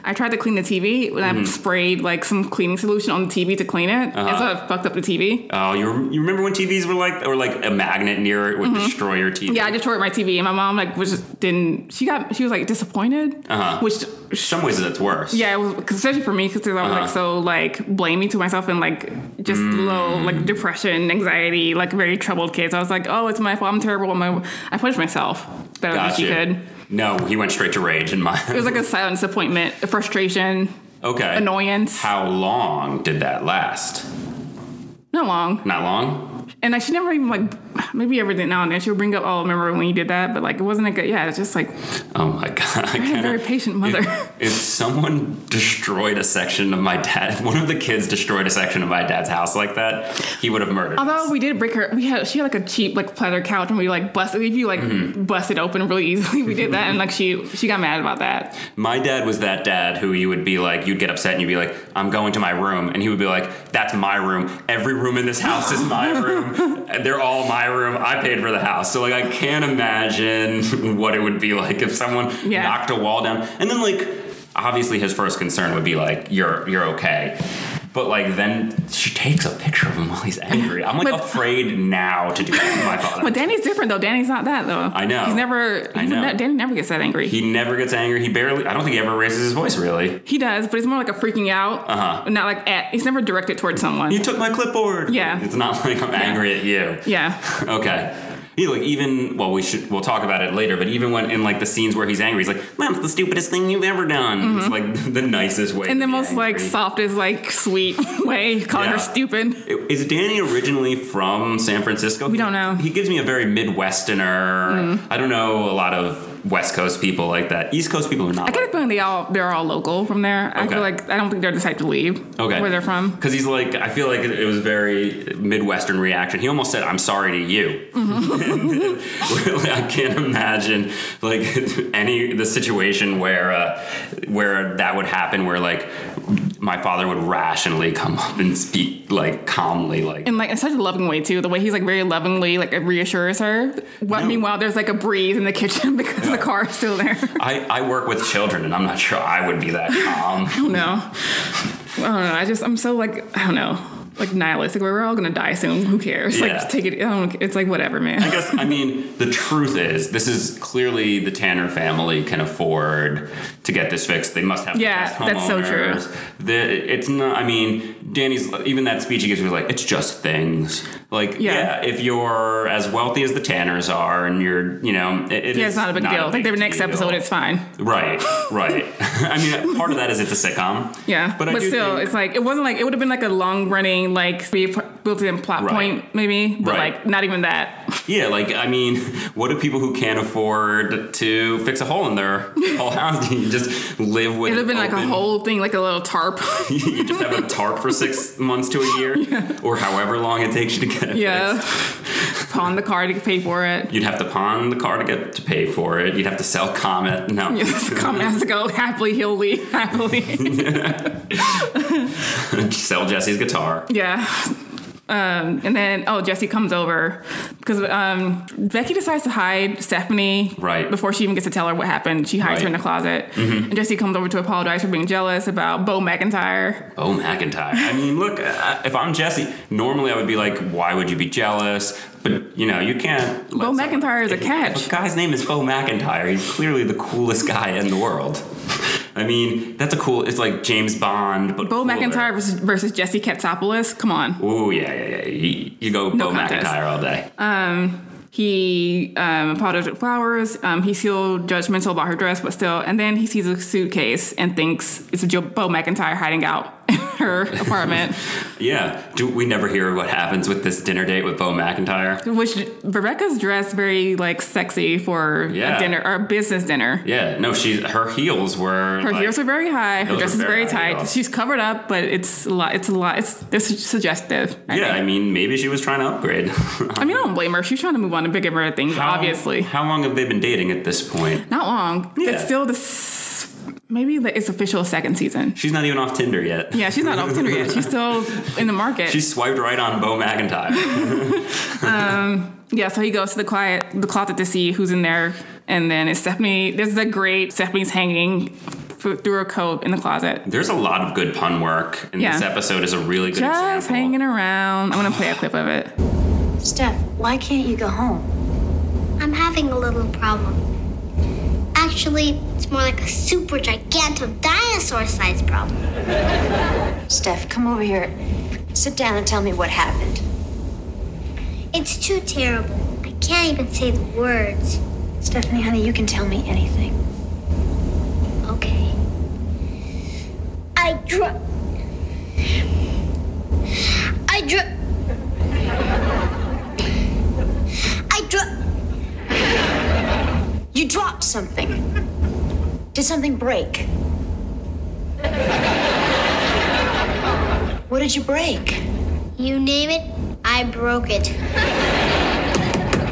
I tried to clean the TV when
Mm-hmm.
I sprayed like some cleaning solution on the TV to clean it,
Uh-huh.
and so it fucked up the TV.
oh you, rem- you remember when tvs were like or like a magnet near it would destroy your tv
Mm-hmm. Yeah, I just tore up my TV, and my mom like was just didn't. She got she was like disappointed,
Uh-huh.
which
some ways that's worse
yeah, it was 'cause especially for me because I was like so like blaming to myself and like just low like depression, anxiety, like very troubled kids. I was like, oh, it's my fault. I'm terrible. I'm a- I punished myself better than she
Gotcha.
could.
no he went straight to rage in my
It was like a silent disappointment, a frustration,
okay
annoyance.
how long did that last
Not long,
not long
and like she never even like maybe every now and then she would bring up, oh, remember when you did that? But like it wasn't a good. Yeah, it's just like
Oh my god! I
a
can't-
very patient mother.
If, if someone destroyed a section of my dad, if one of the kids destroyed a section of my dad's house like that, he would have murdered. us.
Although we did break her, we had she had like a cheap like pleather couch, and we like busted if you like bust it open really easily. We did that, and like she she got mad about that.
my dad was that dad who you would be like, you'd get upset and you'd be like, "I'm going to my room," and he would be like, "That's my room. Every room in this house is my room. And They're all my room. I paid for the house." So like, I can't imagine what it would be like if someone
Yeah.
knocked a wall down, and then like. Obviously, his first concern would be like, "You're you're okay," But like then she takes a picture of him while he's angry. I'm like
But-
afraid now to do that. to My father.
But Danny's different though. Danny's not that though.
I know.
He's never. He's
I know.
ne- Danny never gets that angry. He,
he never gets angry. He barely. I don't think he ever raises his voice really.
does, but it's more like a freaking out.
Uh-huh.
Not like at. He's never directed towards someone.
You took my clipboard.
Yeah.
It's not like I'm angry at you.
yeah.
Okay. He like even well we should we'll talk about it later, but even when in like the scenes where he's angry, he's like, "That's the stupidest thing you've ever done." It's like the nicest way.
In Mm-hmm. the
to be
most like
angry.
softest, like sweet way, calling her
Yeah.
stupid.
Is Danny originally from San Francisco?
We don't know. Mm.
He gives me a very Midwesterner. I don't know a lot of West Coast people like that. East Coast people are not.
I kind of feel they all they're all local from there. I
Okay.
feel like I don't think they're the type to leave.
Okay.
Where they're from.
Because he's like, I feel like it it was a very Midwestern reaction. He almost said, I'm sorry to you. Really, I can't imagine like any the situation where uh, where that would happen where like my father would rationally come up and speak like calmly like
And like in such a loving way too. The way he's like very lovingly like reassures her. What
No.
meanwhile there's like a breeze in the kitchen because the car is still there.
I, I work with children and I'm not sure I would be that calm.
no. I don't know. I just I'm so like I don't know. Like nihilistic. We're all gonna die soon. Who cares?
Yeah.
Like take it I don't it's like whatever, man.
I guess I mean the truth is this is clearly the Tanner family can afford to get this fixed. They must have
Yeah,
the
that's
best
so true.
homeowners. The, it's not. I mean, Danny's even that speech he gives. He was like, "It's just things." Like,
Yeah.
yeah. if you're as wealthy as the Tanners are, and you're, you know, it, it
yeah,
is
it's not a big deal. like the next
deal.
episode it's fine.
right, right. I mean, part of that is it's a sitcom.
Yeah.
but, I do
still
think-
it's like it wasn't like it would have been like a long running like be a built in plot
Right.
point maybe. But
Right.
like not even that.
Yeah, like I mean, what do people who can't afford to fix a hole in their whole house you just live with?
It'd have been
an
like a
open-
whole thing, like a little tarp.
you just have a tarp for six months to a year, or however long it takes you to get it.
yeah.
fixed.
Pawn the car to pay for it.
You'd have to pawn the car to get to pay for it. You'd have to sell Comet. No.
Yes, Come has to go happily, he'll leave happily.
sell Jesse's guitar.
yeah. Um, and then oh Jesse comes over because um, Becky decides to hide Stephanie
Right.
before she even gets to tell her what happened. She hides her in the
Right. Mm-hmm.
closet, and Jesse comes over to apologize for being jealous about Bo McIntyre.
Oh, McIntyre. I mean, look, uh, if I'm Jesse, normally I would be like, why would you be jealous? But, you know, you can't. let
Bo
someone-
McIntyre is a
if-
catch.
If a guy's name is Bo McIntyre, he's clearly the coolest guy in the world. I mean, that's a cool. It's like James Bond, but.
Bo
cooler.
McIntyre versus, versus Jesse Katsopoulos. Come on.
Ooh, yeah, yeah, yeah. You, you go
No
Bo
contest. Uh.
McIntyre all day.
He um, apologized with flowers. Um, he's still judgmental about her dress, but still. And then he sees a suitcase and thinks it's Jo- Bo McIntyre hiding out in her apartment,
yeah. Do we never hear what happens with this dinner date with Bo McIntyre?
which Rebecca's dressed very like sexy for
Yeah.
a dinner or a business dinner.
Yeah. No, she's her heels were.
Her
like-
heels are very high. Her
Those
dress
are
is very
very high
tight.
heels.
She's covered up, but it's a lot. It's a lot. It's, it's suggestive. I
Yeah,
think.
I mean, maybe she was trying to upgrade.
I mean, I don't blame her. She's trying to move on to bigger and better things,
How-
obviously.
How long have they been dating at this point?
Not long.
Yeah.
It's still the s- maybe the, it's official second season.
She's not even off Tinder yet.
Yeah, she's not off Tinder yet. She's still in the market.
She swiped right on Bo McIntyre.
yeah, so he goes to the quiet the closet to see who's in there, and then it's Stephanie. There's a great Stephanie's hanging f- through her coat in the closet,
There's a lot of good pun work, and this
Yeah.
episode is a really good
just
example.
hanging around. I'm gonna play a clip of it.
Steph, why can't you go home?
I'm having a little problem. Actually, it's more like a super giganto dinosaur sized problem.
Steph, come over here. Sit down and tell me what happened.
It's too terrible. I can't even say the words.
Stephanie, honey, you can tell me anything.
Okay. I dro. I dro. I dro.
You dropped something. Did something break? What did you break?
You name it, I broke it.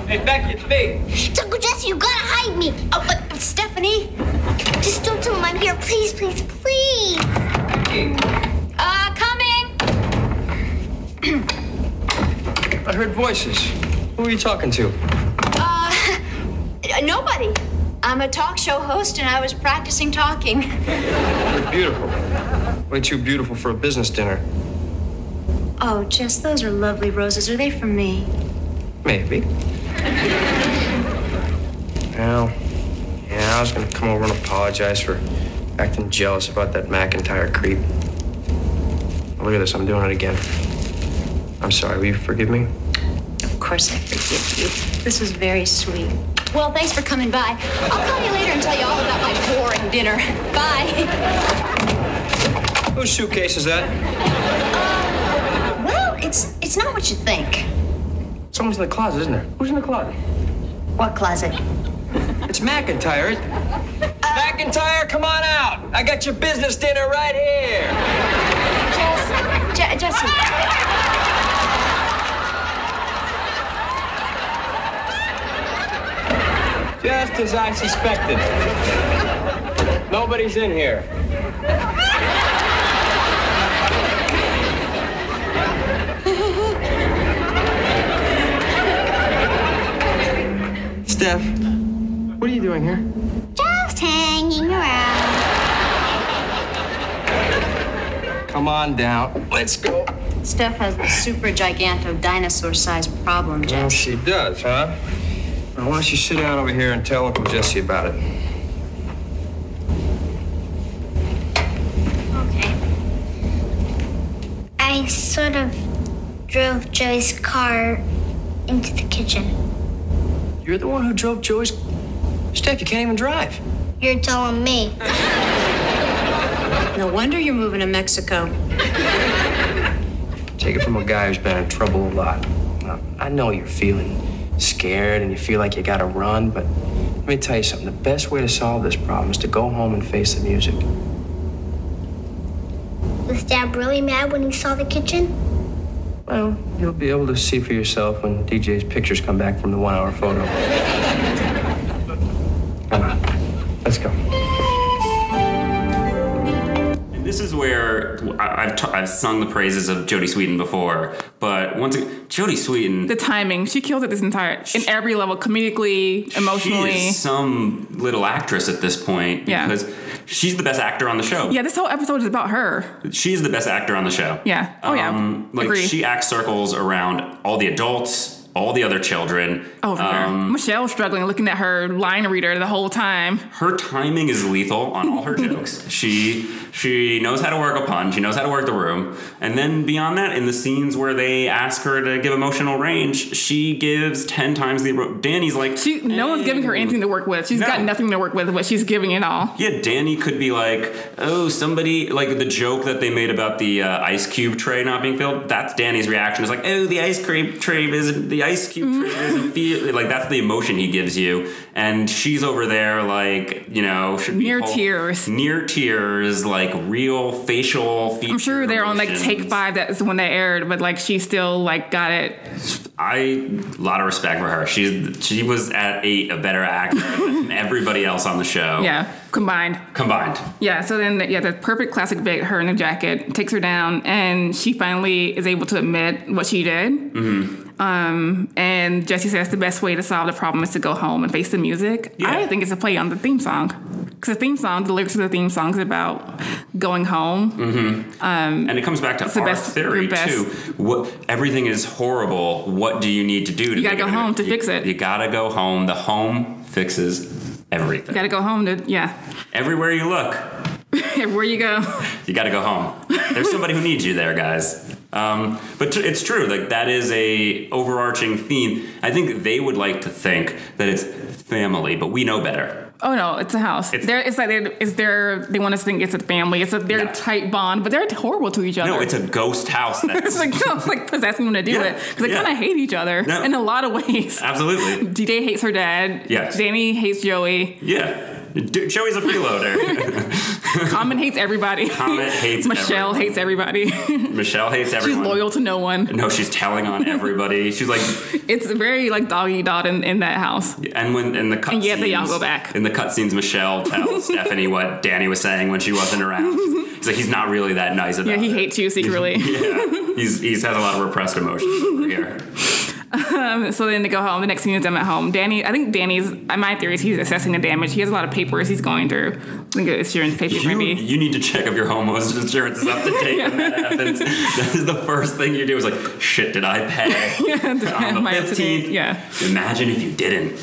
Hey, Becky, it's me.
It's Uncle Jesse, you gotta hide me.
Oh, uh, Stephanie!
Just don't tell him I'm here, please, please, please.
Uh, coming!
I heard voices. Who are you talking to?
Uh, nobody. I'm a talk show host and I was practicing talking.
Beautiful. Way too beautiful for a business dinner.
Oh, Jess, those are lovely roses. Are they from me?
Maybe. well, yeah, I was gonna come over and apologize for acting jealous about that McIntyre creep. Look at this, I'm doing it again. I'm sorry, will you forgive me?
Of course I forgive you. This was very sweet. Well, thanks for coming by. I'll call you later and tell you all about my boring dinner. Bye.
Whose suitcase is that?
Well, it's it's not what you think.
Someone's in the closet, isn't there? Who's in the closet?
What closet?
It's McIntyre. McIntyre, come on out. I got your business dinner right here.
Jess, Je- Jesse.
Just as I suspected. Nobody's in here. Steph, what are you doing here?
Just hanging around.
Come on down. Let's go.
Steph has a super giganto dinosaur sized problem,
Oh,
Jess.
she does, huh? Now, why don't you sit down over here and tell Uncle Jesse about it?
I sort of drove Joey's car into the kitchen.
You're the one who drove Joey's. Steph, you can't even drive.
You're telling me.
No wonder you're moving to Mexico.
Take it from a guy who's been in trouble a lot. Now, I know you're feeling scared and you feel like you gotta run, but let me tell you something. The best way to solve this problem is to go home and face the music.
Was Dad really mad when he saw the kitchen?
Well, you'll be able to see for yourself when DJ's pictures come back from the one hour photo. Come on, let's go.
And this is where I, I've, t- I've sung the praises of Jodie Sweetin before, but once again, Jodie Sweetin.
The timing, she killed it this entire in every level, comedically, emotionally.
She is some little actress at this point
Yeah.
because she's the best actor on the show.
yeah, this whole episode is about her.
She's the best actor on the show. Um,
Yeah. Oh, yeah.
like
Agree.
she acts circles around all the adults, all the other children. Um,
Oh, for her. Michelle's struggling, looking at her line reader the whole time.
her timing is lethal on all her jokes. She she knows how to work a pun. She knows how to work the room. And then beyond that, in the scenes where they ask her to give emotional range, she gives ten times the. emo- Danny's like
She, no one's giving her
"Hey."
anything to work with. She's
No.
got nothing to work with, but she's giving it all.
Yeah, Danny could be like, oh, somebody like the joke that they made about the uh, ice cube tray not being filled. That's Danny's reaction. It's like, oh, the ice cream tray isn't the ice cube
Mm-hmm.
tray isn't filled. Like that's the emotion he gives you, and she's over there like you know should be
Near
whole-
tears.
near tears, like real facial. Feature
I'm sure they're on like take
emotions.
five. That's when they aired, but like she still like got it.
I a lot of respect for her. She's she was at eight a better actor than everybody else on the show.
Yeah, combined.
combined.
Yeah. So then, yeah, the perfect classic bit. Her in a jacket takes her down, and she finally is able to admit what she did. Mm-hmm. Um, and Jesse says the best way to solve the problem is to go home and face the music.
Yeah.
I think it's a play on the theme song because the theme song, the lyrics of the theme song is about going home.
Mm. And it comes back to
the
our
best-
theory
your best.
too. What everything is horrible. What do you need to do? To
You gotta
make
go
it-
home to
you-
fix it.
You gotta go home. The home fixes everything.
Got to go home to yeah.
Everywhere you look,
Where you go.
you gotta go home. There's somebody who needs you there, guys. Um, but t- it's true. Like that is a overarching theme. I think they would like to think that it's family, but we know better.
Oh no, it's a house.
It's-
It's, it's like they're, it's their they want us to think it's a family. It's a their
No.
tight bond, but they're horrible to each other.
No, it's a ghost house.
it's
That's
like no, it's like possessing them to do
Yeah,
it because they
yeah.
kind of hate each other
No.
in a lot of ways.
absolutely.
DJ hates her dad.
Yes.
Danny hates Joey.
Yeah. D- Joey's a freeloader.
Common hates everybody.
Comet hates
Michelle
everyone.
hates everybody.
Michelle hates
She's
everyone.
loyal to no one.
No, she's telling on everybody. she's like,
It's very like doggy dog in, in that house.
and when in the cut
And yet they all
scenes-
go back.
In the cutscenes, Michelle tells Stephanie what Danny was saying when she wasn't around. He's like, he's not really that nice about.
Yeah, he
it.
hates you secretly.
Yeah, he's he's has a lot of repressed emotions over here.
Um, so then they go home. The next scene is them at home. Danny, I think Danny's. My theory is he's assessing the damage. He has a lot of papers he's going through. I think it's insurance papers,
You,
maybe.
you need to check if your homeowner's insurance is up to date when that happens. That is the first thing you do is like, shit, did I pay?
Am
on the
I up to date?
15th.
Yeah.
Imagine if you didn't.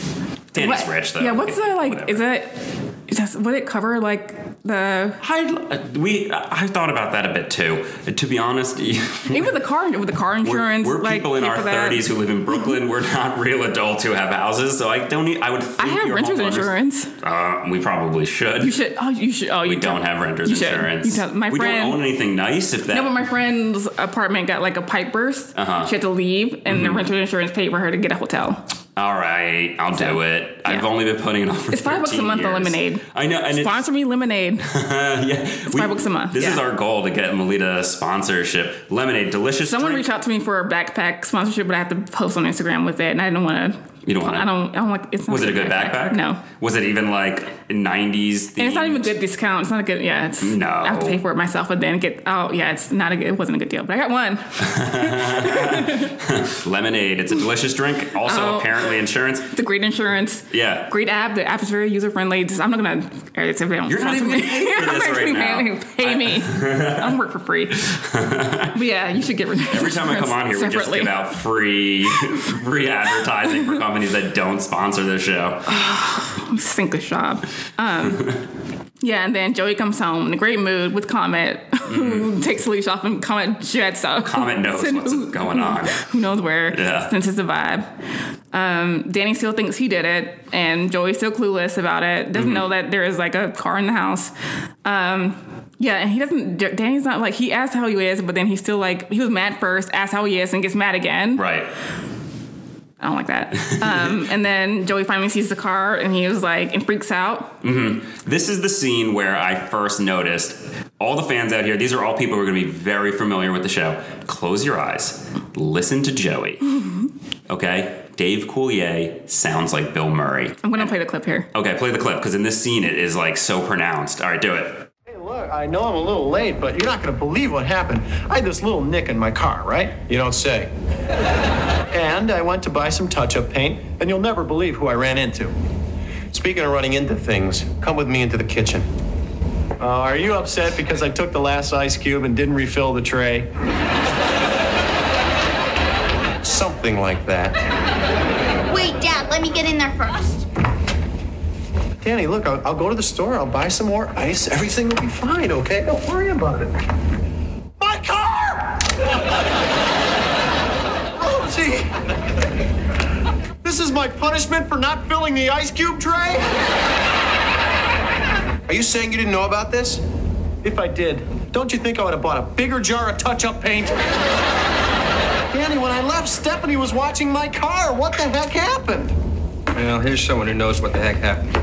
Danny's
What-
rich though.
Yeah, what's the like?
Whatever.
Is it? Is that, would it cover like the
I uh, we I I thought about that a bit too. To be honest,
even with the car with the car
we're,
insurance?
we're
like,
people in
pay
our
for that?
30s who live in Brooklyn. We're not real adults who have houses, so I don't. e- I would. Think
I have
your
renter's
homeowners-
insurance.
Uh, we probably should.
You should. Oh, you should. Oh, you
we don't
don't
have renter's
you should.
insurance.
You tell- my
we
friend-
don't own anything nice. If that
No, but my friend's apartment got like a pipe burst.
Uh-huh. Mm-hmm.
She had to leave, and the renter's insurance paid for her to get a hotel.
All right, I'll do it. I've
yeah.
only been putting it off for
It's five bucks a
13
month on
years.
lemonade.
I know, and it's, uh,
Sponsor me lemonade.
yeah, we-
five bucks a month,
This is
yeah.
our goal to get Melita a sponsorship. Lemonade, delicious.
Someone
drink.
reached out to me for a backpack sponsorship, but I have to post on Instagram with it, and I didn't want to.
You don't want
I don't. I don't like. It's not
Was it a good backpack?
No.
Was it even like '90s?
And it's not even a good discount. It's not a good. Yeah, it's.
No.
I have to pay for it myself, but then get. Oh, yeah, it's not a good. It wasn't a good deal, but I got one.
Lemonade. It's a delicious drink. Also,
Oh.
apparently, insurance.
It's a great insurance.
Yeah.
Great app. The app is very user friendly. I'm not gonna. It's You're
You're not even gonna pay for this right now.
Pay me. I don't work for free. but yeah, you should get rid of
Every time I come on here, we just give out free, free advertising for companies that don't sponsor the show.
Sink a job. Um, yeah, and then Joey comes home in a great mood with Comet, who takes the leash off and Comet jets up.
Mm-hmm. Comet knows
Send-
what's
who-
going on.
Who knows where?
Yeah.
Senses the vibe. Um, Danny still thinks he did it, and Joey's still clueless about it.
Mm-hmm.
Doesn't know that there is like a car in the house. Um, yeah, and he doesn't. D- Danny's not like he asks how he is, but then he's still like he was mad first, asks how he is, and gets mad again.
Right.
I don't like that. Um, and then Joey finally sees the car, and he was like and freaks out.
This is the scene where I first noticed all the fans out here, these are all people who are going to be very familiar with the show. Close your eyes, listen to Joey.
Mm-hmm.
Okay? Dave Coulier sounds like Bill Murray.
I'm gonna play the clip here.
Okay, play the clip because in this scene it is like so pronounced. All right, do it.
Hey, look, I know I'm a little late, but you're not gonna believe what happened. I had this little nick in my car, right?
You don't say.
And I went to buy some touch up paint, and you'll never believe who I ran into.
Speaking of running into things, come with me into the kitchen.
Uh, are you upset because I took the last ice cube and didn't refill the tray?
Something like that.
Wait, Dad, let me get in there first.
Danny, look, I'll, I'll go to the store, I'll buy some more ice, everything will be fine, okay? Don't worry about it. My car! Rosie! This is my punishment for not filling the ice cube tray?
Are you saying you didn't know about this?
If I did, don't you think I would have bought a bigger jar of touch up paint? Danny, when I left, Stephanie was watching my car. What the heck happened?
Well, here's someone who knows what the heck happened.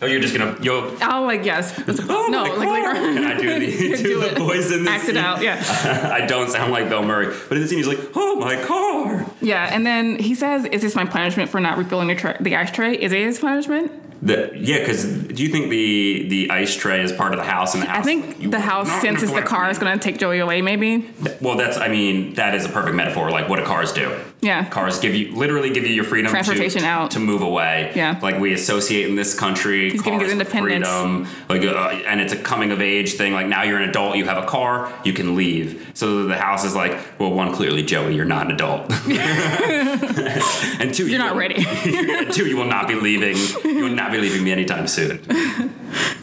Oh, you're just gonna you'll.
I'll like yes.
Oh
no,
my
like later.
God. Can I do the, do
Do
the
it.
voice in this
Act it
scene?
out, yeah.
I don't sound like Bill Murray, but in the scene he's like, "Oh my car."
Yeah, and then he says, "Is this my punishment for not refilling the, tra- the ice tray? Is it his punishment?
The, yeah, because do you think the the ice tray is part of the house? And the house,
I think
you
the
are
house
not
senses the
gonna
car is going to take Joey away. Maybe.
Well, that's I mean that is a perfect metaphor. Like what do cars do?
Yeah.
cars give you literally give you your freedom
Transportation
to,
out.
to move away.
Yeah.
like we associate in this country.
He's getting
cars
his
with
independence.
Freedom, like uh, and it's a coming of age thing. Like now you're an adult, you have a car, you can leave. So the house is like, well, one clearly Joey, you're not an adult, and two,
You're not ready.
two, you will not be leaving. You will not be leaving me anytime soon.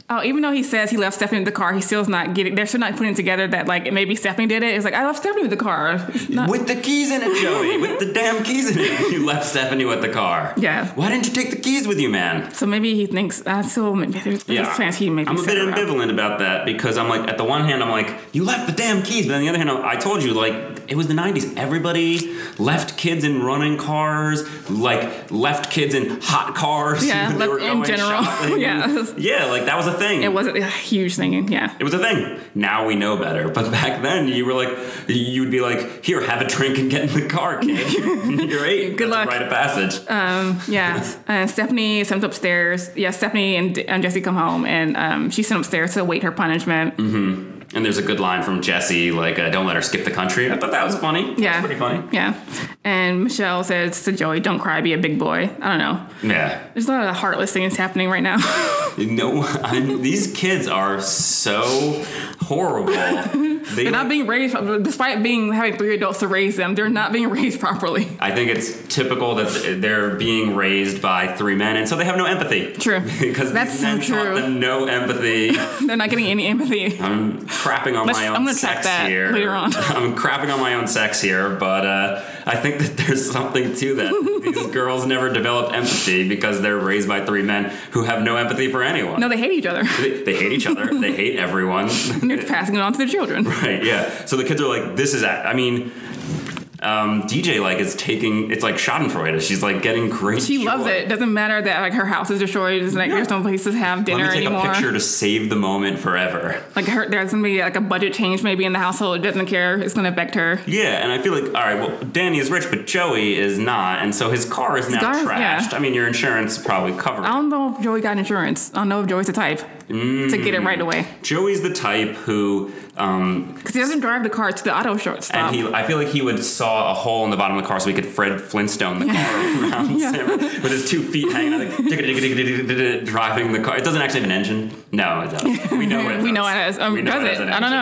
Oh, even though he says he left Stephanie with the car, he still's not getting. They're still not putting together that like maybe Stephanie did it. It's like I left Stephanie with the car. It's not-
With the keys in it, Joey. With the damn keys in it. You left Stephanie with the car.
Yeah.
Why didn't you take the keys with you, man?
so maybe he thinks I still maybe there's, there's a chance he maybe.
I'm a
set
bit
her up.
ambivalent about that because I'm like, at the one hand, I'm like, you left the damn keys, but on the other hand, I'm- I told you, like, it was the 90s. Everybody left kids in running cars, like, left kids in hot cars.
Yeah,
They
left-
were
in
going
general.
shopping.
Yeah.
Yeah, like, that was a thing.
It wasn't a huge thing. Yeah.
It was a thing. Now we know better. But back then, you were like, you'd be like, here, have a drink and get in the car, kid. You're eight.
Good luck.
That's
Uh.
a Rite of passage.
Yeah, and Stephanie sent upstairs. Yeah, Stephanie and, and Jesse come home, and um, she's sent upstairs to await her punishment. Mm-hmm.
And there's a good line from Jesse, like, uh, don't let her skip the country. I thought that was funny.
Yeah.
It's pretty funny.
Yeah. And Michelle says to Joey, don't cry, be a big boy. I don't know.
Yeah.
There's a lot of heartless things happening right now.
No, I'm, these kids are so horrible. They,
they're not being raised, despite being having three adults to raise them, they're not being raised properly.
I think it's typical that they're being raised by three men, and so they have no empathy.
True.
because
That's
these
so
men taught
true.
them no empathy.
They're not getting any empathy.
I'm crapping on
Let's-
my own
I'm gonna check
sex
that
here.
later on.
I'm crapping on my own sex here, but uh, I think that there's something to that. These girls never developed empathy because they're raised by three men who have no empathy for anyone.
No, they hate each other.
They, they hate each other. they hate everyone.
And they're passing it on to their children.
Right, yeah. So the kids are like, this is, a- I mean, um, DJ like is taking, it's like Schadenfreude. She's like getting great.
She loves
joy.
it. Doesn't matter that like her house is destroyed. It's like there's no place to have
Let
dinner
me take
anymore.
a picture to save the moment forever.
Like her, there's gonna be like a budget change maybe in the household. Doesn't care. It's gonna affect her.
Yeah, and I feel like all right. Well, Danny is rich, but Joey is not, and so his car is now
car is- yeah.
trashed. I mean, your insurance probably covered.
I
it.
don't know if Joey got insurance. I don't know if Joey's the type to get it
Mm.
right away
Joey's the type who, um,
because he doesn't drive the car to the auto shop.
and he. I feel like he would saw a hole in the bottom of the car so he could Fred Flintstone the car around San- with his two feet hanging, out, like digga-digga-digga-digga-digga-digga, driving the car. It doesn't actually have an engine. No, it does. We know what it
we know it
does.
has. Um,
We know
does it?
has an
I don't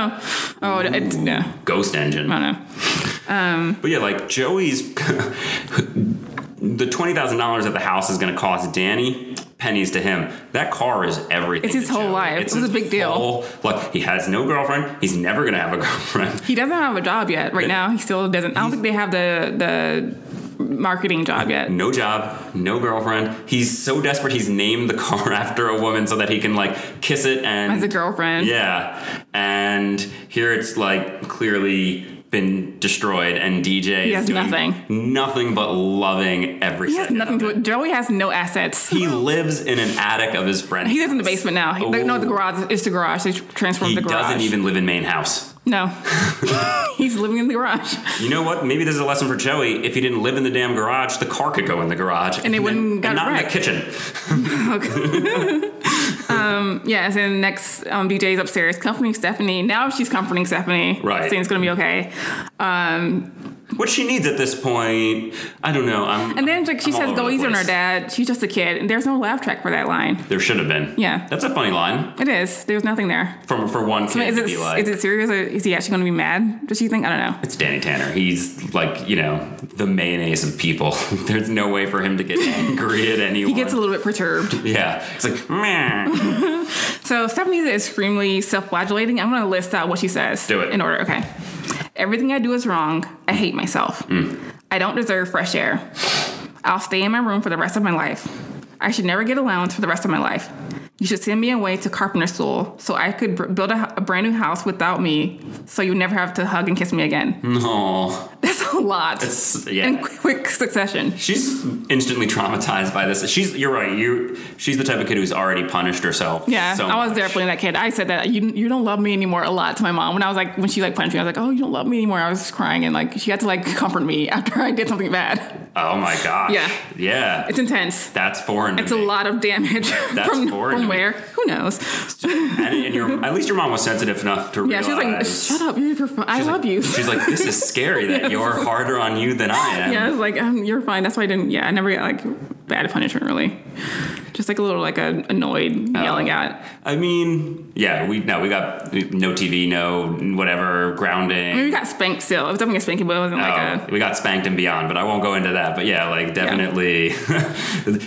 engine.
know. Oh, it, yeah.
Ghost engine.
I don't know.
But yeah, like Joey's the twenty thousand dollars that the house is going to cost Danny pennies to him. That car is everything.
It's his
to
whole
Joey.
life. It was
his
a big deal.
whole- Look, he has no girlfriend. He's never going to have a girlfriend.
He doesn't have a job yet. Right now, he still doesn't. I don't think they have the the marketing job yet.
No job, no girlfriend. He's so desperate. He's named the car after a woman so that he can like kiss it and
As a girlfriend.
Yeah, and here it's like clearly been destroyed, and DJ
He
is
has
doing
nothing.
nothing but loving every.
He has
second
nothing
of
to
it.
it. Joey has no assets.
He lives in an attic of his friend.
He lives in the basement now. He,
Ooh.
no, the garage is the garage. They transformed
Oh. He
the garage.
doesn't even live in main house.
No, he's living in the garage,
You know what? Maybe this is a lesson for Joey. If he didn't live in the damn garage, the car could go in the garage,
and it
then-
wouldn't got
and not
wrecked.
in the kitchen.
Yes, and next um, DJ's upstairs comforting Stephanie. Now she's comforting Stephanie.
Right.
saying it's gonna be okay.
What she needs at this point, I don't know. I'm,
And then like, she
I'm all
says,
over
"Go
the
easy on her,
place.
Dad. She's just a kid." And there's no laugh track for that line.
There should have been.
Yeah.
that's a funny line
It is. There's nothing there.
from for one
I
kid
mean, is
to
it
be like.
is it serious? Or is he actually gonna be mad? Does she think? I don't know.
it's Danny Tanner. He's like, you know, the mayonnaise of people. There's no way for him to get angry at
He
anyone.
gets a little bit perturbed.
Yeah. It's like, meh.
So Stephanie is extremely self-flagellating. I'm going to list out what she says.
Do it.
in order. Okay. Everything I do is wrong. I hate myself.
Mm.
I don't deserve fresh air. I'll stay in my room for the rest of my life. I should never get allowance for the rest of my life. You should send me away to carpenter school so I could br- build a, h- a brand new house without me, so you never have to hug and kiss me again.
no.
That's a lot
Mm. It's- yeah.
in quick succession.
She's instantly traumatized by this. She's you're right. You she's the type of kid who's already punished herself.
Yeah,
so
I was
much.
there playing that kid. I said that you you don't love me anymore a lot to my mom when I was like when she like punched me. I was like, oh, you don't love me anymore. I was crying and like she had to like comfort me after I did something bad.
Oh my gosh.
Yeah.
Yeah.
It's intense.
That's foreign. to
It's a
me.
lot of damage
That's
from
foreign to
from
me.
where? Who knows?
And, and your, at least your mom was sensitive enough to
Yeah,
realize.
she was like, shut up, you're, you're fine. I
She's like-
love you.
She's like, this is scary that you're harder on you than I am.
yeah, I was like, um, you're fine. That's why I didn't. Yeah, I never got like bad punishment really. Just like a little like a annoyed yelling
Oh.
at.
I mean, yeah, we no, we got no TV, no whatever grounding.
We got spanked still. It was definitely a spanking, but it wasn't like
Oh,
a.
we got spanked and beyond, but I won't go into that. But yeah, like definitely,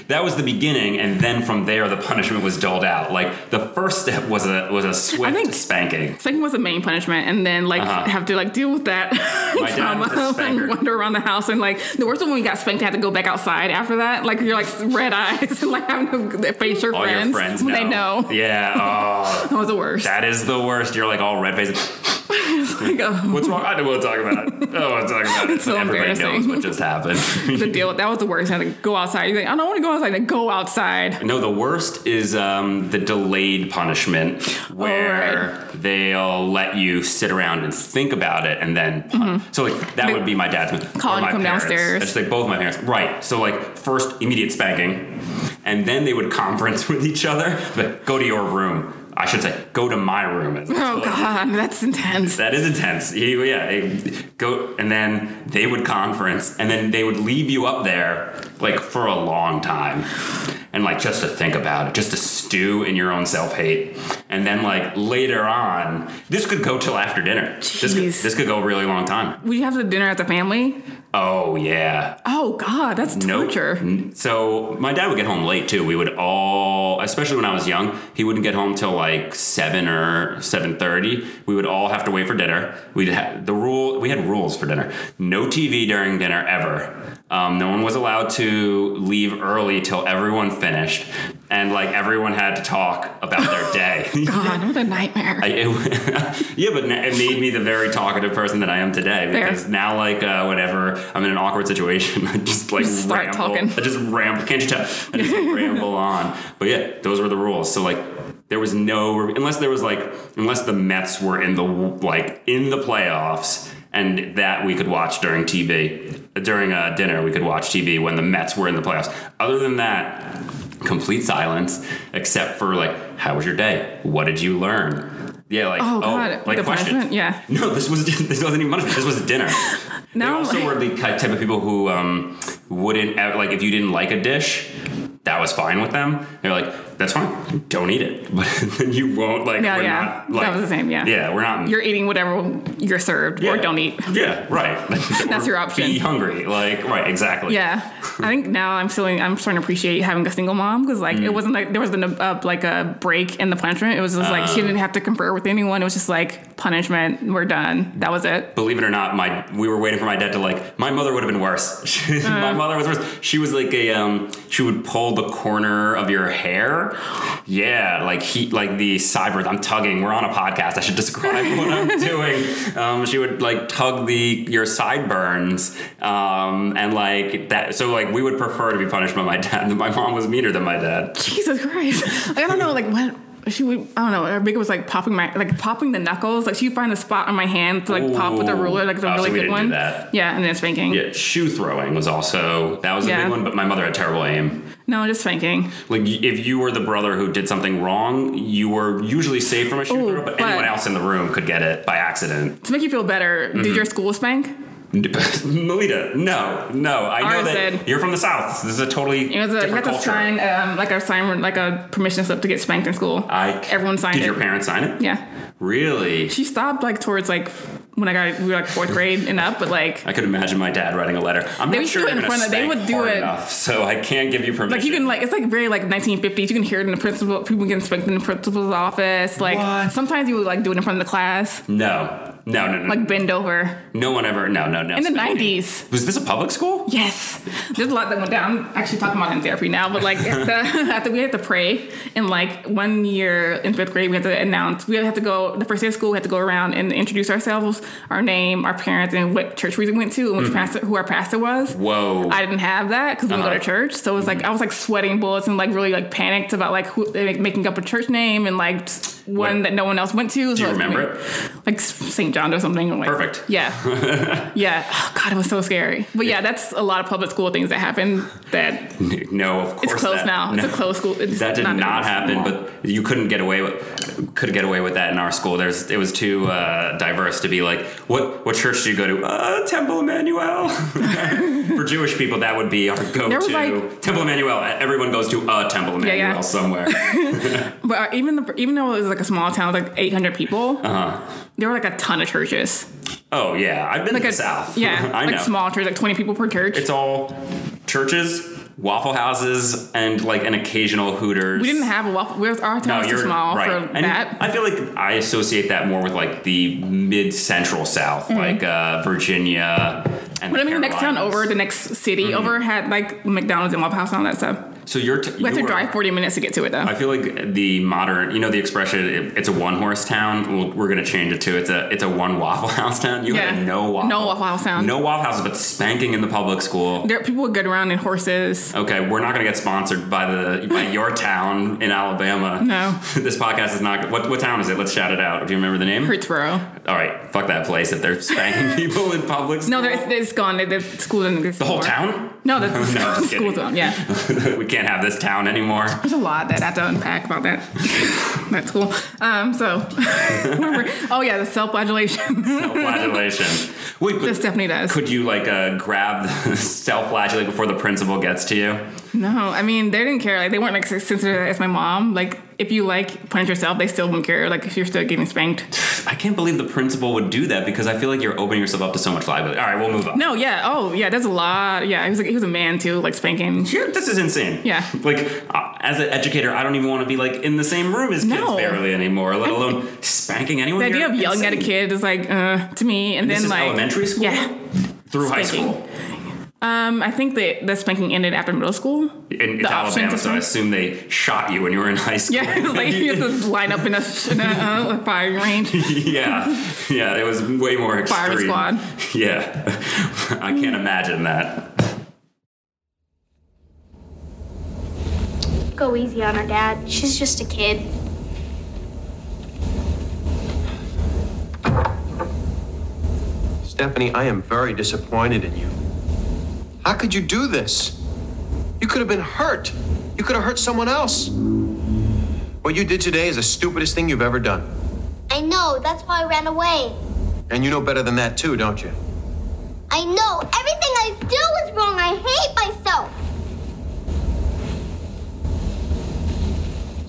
that was the beginning, and then from there the punishment was doled out. Like the first step was a was a swift
think-
spanking.
Spanking was the main punishment, and then like have to like deal with that
Uh-huh. My dad was a
trauma
spanker.
and wander around the house. And like the worst one when we got spanked, I had to go back outside after that. Like you're like red eyes and like having to face your
All
friends.
your friends know.
when They know
Yeah. Oh,
that was the worst.
that is the worst. You're like all red faced.
Like, oh,
What's wrong? I don't want to talk about it. I don't want to talk about it.
It's so
Everybody knows
embarrassing.
what just happened.
the deal that was the worst. I had to go outside. You're like, I don't want to go outside. Like, go outside.
No, the worst is um, the delayed punishment where they'll let you sit around and think about it and then pun- so like that would be my dad's move.
Mm-hmm. Call
Or
and
my
come
parents.
downstairs.
It's like both my parents. Right. So like first immediate spanking and then they would conference with each other. But go to your room. I should say, go to my room. As
Oh God, that's intense.
That is intense. He- yeah, it- go and then they would conference, and then they would leave you up there like for a long time, and like just to think about it, just to stew in your own self hate, and then like later on, this could go till after dinner. This could,
Jeez.
this could go a really long time.
Would you have the dinner as a family?
Oh yeah,
Oh God, that's
Nope.
torture.
N- So my dad would get home late too. We would all, especially when I was young, he wouldn't get home till like seven or seven thirty. We would all have to wait for dinner. We'd ha- the rule. We had rules for dinner: no TV during dinner ever. Um, no one was allowed to leave early till everyone finished, and like everyone had to talk about their day.
God, what a nightmare.
I, it, yeah, but it made me the very talkative person that I am today
Fair.
because now, like, uh, whenever I'm in an awkward situation, I just like
Just start
ramble.
talking.
I just ramble. Can't you tell? I just like, ramble on. But yeah, those were the rules. So like. There was no unless there was like unless the Mets were in the like in the playoffs and that we could watch during TV during uh, dinner we could watch TV when the Mets were in the playoffs. Other than that, complete silence except for like how was your day? What did you learn? Yeah, like
oh God,
like
the
questions.
punishment. Yeah.
No, this was this wasn't even punishment. This was dinner.
No.
they also were the ki- type of people who um, wouldn't ever- like if you didn't like a dish, that was fine with them. They're like, that's fine, don't eat it, but you won't like.
Yeah,
we're
yeah.
not,
That
like,
was the same, yeah.
yeah, we're not.
You're eating whatever you're served, or
yeah.
don't eat.
Yeah, right.
That's
Or
your option.
Be hungry, like right, exactly.
Yeah, I think now I'm feeling I'm starting to appreciate having a single mom because like it
Mm.
wasn't like there wasn't a, uh, like a break in the punishment. It was just like she
Uh.
didn't have to confer with anyone. It was just like punishment. We're done. That was it.
believe it or not, my we were waiting for my dad to like. My mother would have been worse. my mother was worse. She was like a um. She would pull the corner of your hair. Yeah, like he like the cyber. I'm tugging. We're on a podcast. I should describe what I'm doing. Um, she would like tug the your sideburns. Um, and like that. So like we would prefer to be punished by my dad. My mom was meaner than my dad.
Jesus Christ! Like I don't know like what. She would, I don't know. I think it was like popping my, like popping the knuckles. Like she'd find the spot on my hand to like pop with a
Ooh.
ruler, like the
Oh, so
really
we
good
didn't do
one.
that.
Yeah, and then spanking.
Yeah, shoe throwing was also that was a
Yeah.
big one. But my mother had terrible aim.
No, just spanking.
Like y- if you were the brother who did something wrong, you were usually safe from a shoot
Ooh,
throw, but,
but-
anyone else in the room could get it by accident.
To make you feel better,
Mm-hmm.
did your school spank?
Melita, no, no, I know
Alright,
that
Sid.
you're from the south. This is a totally
You know, the, you had
different
to
culture.
sign um, like a sign, like a permission slip to get spanked in school.
I
Everyone signed
Did
it.
your parents sign it?
Yeah,
Really?
she stopped like towards like when I got we were like fourth grade and up, but like
I could imagine my dad writing a letter. I'm
They
not
would
sure
do it
you're
in
gonna
front of- they
spank
would do
hard
it-
enough, so I can't give you permission.
like you can like it's like very like 1950s. You can hear it in the principal. People getting spanked in the principal's office. Like
What? Mm.
sometimes you would like do it in front of the class,
no, no, no, no,
like bend over.
no one ever. No, no, no.
In the
spanking.
90s.
was this a public school?
Yes, there's a lot that went down. I'm actually talking about it in therapy now, but like at the, after we had to pray, and like one year in fifth grade, we had to announce we had to go the first day of school. We had to go around and introduce ourselves, our name, our parents, and what church we went to, and which pastor, who our pastor was.
Mm-hmm. Whoa.
I didn't have that because we didn't go to
Uh-huh.
church, so it was like I was like sweating bullets and like really like panicked about like who, like, making up a church name and like just one
What-
that no one else went to. Do
you remember
like, it? Like St. John or something. or, Like,
Perfect.
Yeah. Yeah. Oh, God, it was so scary. But yeah, that's a lot of public school things that happen that
No, of course
it's closed
that-
now. It's a
no.
closed school. It's
that did not,
it's
happen,
normal.
but you couldn't get away with could get away with that in our school. There's it was too uh, diverse to be like what what church do you go to? Uh, Temple Emmanuel. For Jewish people, that would be our go
There was,
to
like-
Temple Emmanuel. e, Everyone goes to a Temple Emmanuel
Yeah, yeah.
somewhere.
But uh, even the, even though it was like a small town, like 800 people,
Uh-huh.
there were like a ton of churches.
oh yeah, I've been
Like
to
a
the South.
Yeah,
I
like
know.
small church, like 20 people per church.
It's all churches, waffle houses, and like an occasional Hooters.
we didn't have a waffle. we- Our town was too small for
And
that.
I feel like I associate that more with like the mid central South,
Mm-hmm.
like uh, Virginia. And
but I mean, the next town
Carolinas.
over, the next city
Mm-hmm.
over had like McDonald's and Waffle House and all that stuff.
So you're t-
We had to
you're-
drive 40 minutes to get to it though.
I feel like the modern, you know, the expression it- "it's a one horse town." We'll, we're going to change it to "it's a it's a one waffle house town." You
Yeah.
had no waffle,
No Waffle House town.
no waffle houses, but spanking in the public school.
there, people would get around in horses.
Okay, we're not going to get sponsored by the by your town in Alabama.
No.
this podcast is not. What what town is it? Let's shout it out. Do you remember the name?
Hurtsboro.
All right, fuck that place if they're spanking people in public. School.
No, there, it's, it's gone. The, the school didn't exist.
the whole
anymore.
town.
No, that's
No,
the
I'm just
school
kidding.
zone. Yeah,
we can't can't have this town anymore.
There's a lot that I have to unpack about that. That's cool. Um, so, where were- oh yeah, the self-flagellation
Flagellation. Wait,
that
but
Stephanie does.
could you like uh, grab the self-flagellate before the principal gets to you?
no, I mean they didn't care. Like they weren't like as sensitive as my mom. Like if you like punch yourself, they still wouldn't care. Like if you're still getting spanked.
I can't believe the principal would do that because I feel like you're opening yourself up to so much liability. All right, we'll move on.
No, yeah, oh yeah, there's a lot. Yeah, he was like, he was a man too, like spanking.
Here- this is insane.
Yeah.
Like, uh, as an educator, I don't even want to be like in the same room as kids
No.
barely anymore, let alone spanking anyone.
The idea
You're
of yelling at a
insane.
kid is like uh, to me, and,
This
then
is
like
elementary school.
yeah.
Through high
Spanking.
school.
Um, I think that the spanking ended after middle school.
In, it's
The option
Alabama,
to
so I
spank.
assume they shot you when you were in high school.
Yeah, like you have to line up in a, in a uh, firing range.
yeah, yeah, it was way more extreme.
Fire squad.
Yeah, I can't imagine that.
Go easy on her, Dad. She's just a kid.
Stephanie, I am very disappointed in you. How could you do this? You could have been hurt. You could have hurt someone else. What you did today is the stupidest thing you've ever done.
I know, that's why I ran away.
And you know better than that, too, don't you?
I know, everything I do is wrong. I hate myself.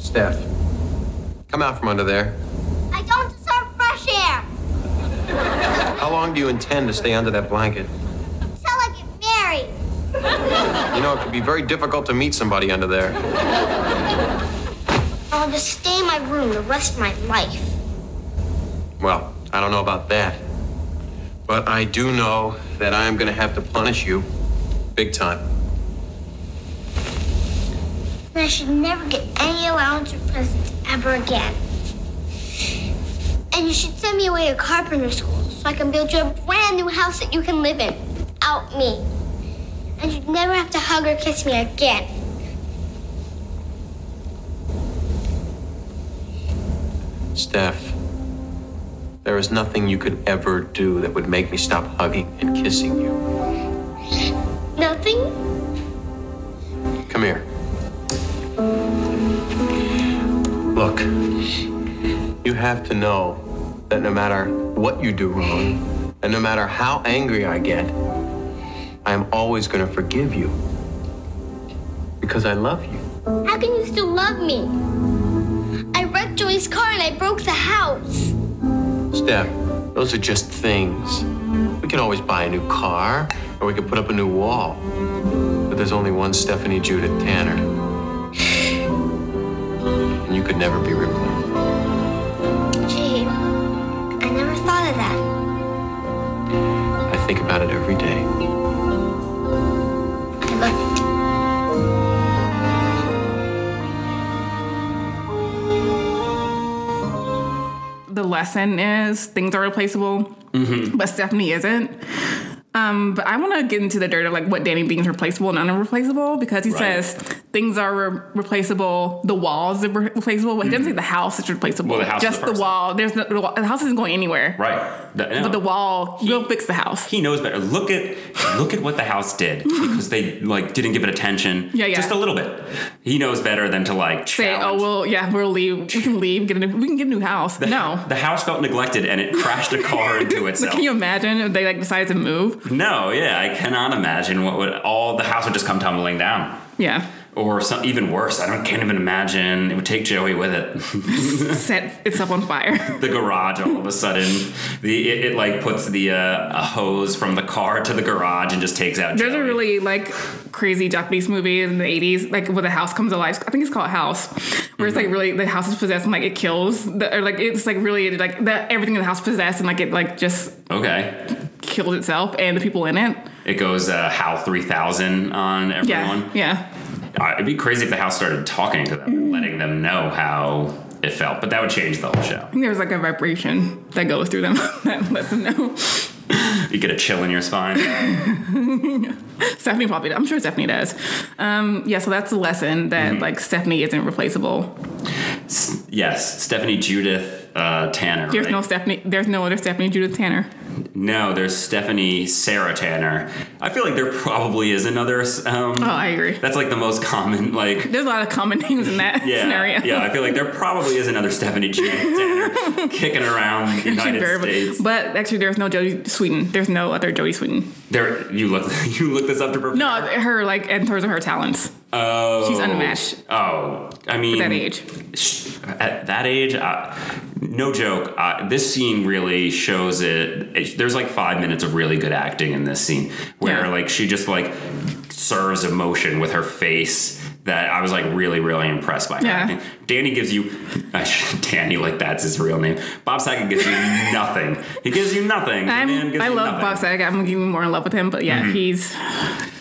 Steph, come out from under there.
I don't deserve fresh air.
How long do you intend to stay under that blanket?
Until I get married.
You know, it could be very difficult to meet somebody under there.
I'll just stay in my room the rest of my life.
Well, I don't know about that. But I do know that I am going to have to punish you big time.
And I should never get any allowance or presents ever again. And you should send me away to carpenter school so I can build you a brand new house that you can live in without me. And you'd never have to hug or kiss me again.
Steph, there is nothing you could ever do that would make me stop hugging and kissing you.
Nothing?
Come here. Look, you have to know that no matter what you do wrong, and no matter how angry I get, I am always going to forgive you. Because I love you.
How can you still love me? I wrecked Joey's car and I broke the house.
Steph, those are just things. We can always buy a new car, or we could put up a new wall. But there's only one Stephanie Judith Tanner. And you could never be replaced.
Gee, I never thought of that.
I think about it every day.
I love you.
The lesson is things are replaceable,
Mm-hmm.
but Stephanie isn't. Um, but I want to get into the dirt of like what Danny Bean's replaceable and unreplaceable because he
Right.
says things are re- replaceable, the walls are re- replaceable, but he doesn't say the house is replaceable.
Mm-hmm. Well, the house is
just
the
the,
first
wall. There's no, the, wall- the house isn't going anywhere.
Right. The- no.
But the wall, we'll fix the house.
he knows better. Look at look at what the house did because they like didn't give it attention.
Yeah, yeah.
Just a little bit. He knows better than to like
say,
challenge.
oh, well, yeah, we'll leave. We can leave. Get a new, we can get a new house. no.
The house felt neglected and it crashed a car into
Like,
itself.
can you imagine if they like decided to move?
no, yeah, I cannot imagine what would all the house would just come tumbling down.
Yeah.
Or some, even worse, I don't can't even imagine. It would take Joey with it.
Set itself on fire.
the garage all of a sudden, the it, it like puts the uh, a hose from the car to the garage and just takes out.
There's
Joey.
a really like crazy Japanese movie in the 80s, like where the house comes alive. I think it's called House, where it's like really the house is possessed and like it kills, the, or like it's like really like the, everything in the house possessed and like it like just
okay.
killed itself and the people in it.
It goes uh, Hal three thousand on
Yeah. Mm.
everyone.
Yeah.
Uh, it'd be crazy if the house started talking to them, and letting them know how it felt. But that would change the whole show.
I think there's like a vibration that goes through them that lets them know.
You get a chill in your spine.
Stephanie probably does. I'm sure Stephanie does. Um, yeah, so that's the lesson that like Stephanie isn't replaceable.
S- yes, Stephanie Judith uh, Tanner.
There's
right?
no Stephanie. There's no other Stephanie Judith Tanner.
No, there's Stephanie Sarah Tanner. I feel like there probably is another. Um,
Oh, I agree.
That's like the most common, like.
There's a lot of common names in that
Yeah,
scenario.
yeah. I feel like there probably is another Stephanie Jane Tanner kicking around
Actually,
the United
very-
States.
But actually, there's no Jody Sweden. There's no other Jody Sweden.
There, you look, you look this up to prepare. Um,
No, her like in terms of her talents.
oh,
she's unmatched.
Oh, I mean,
that age.
sh- at that age, I, no joke. I, this scene really shows it, it- There's like five minutes of really good acting in this scene, where
Yeah.
like she just like serves emotion with her face. That I was like really, really impressed by. her
Yeah.
acting. Danny gives you, Danny like that's his real name. Bob Saget gives you nothing. He gives you nothing. The man
I'm,
gives
I
you
love
nothing. Mm-hmm.
Bob Saget. I'm even more in love with him. But yeah, he's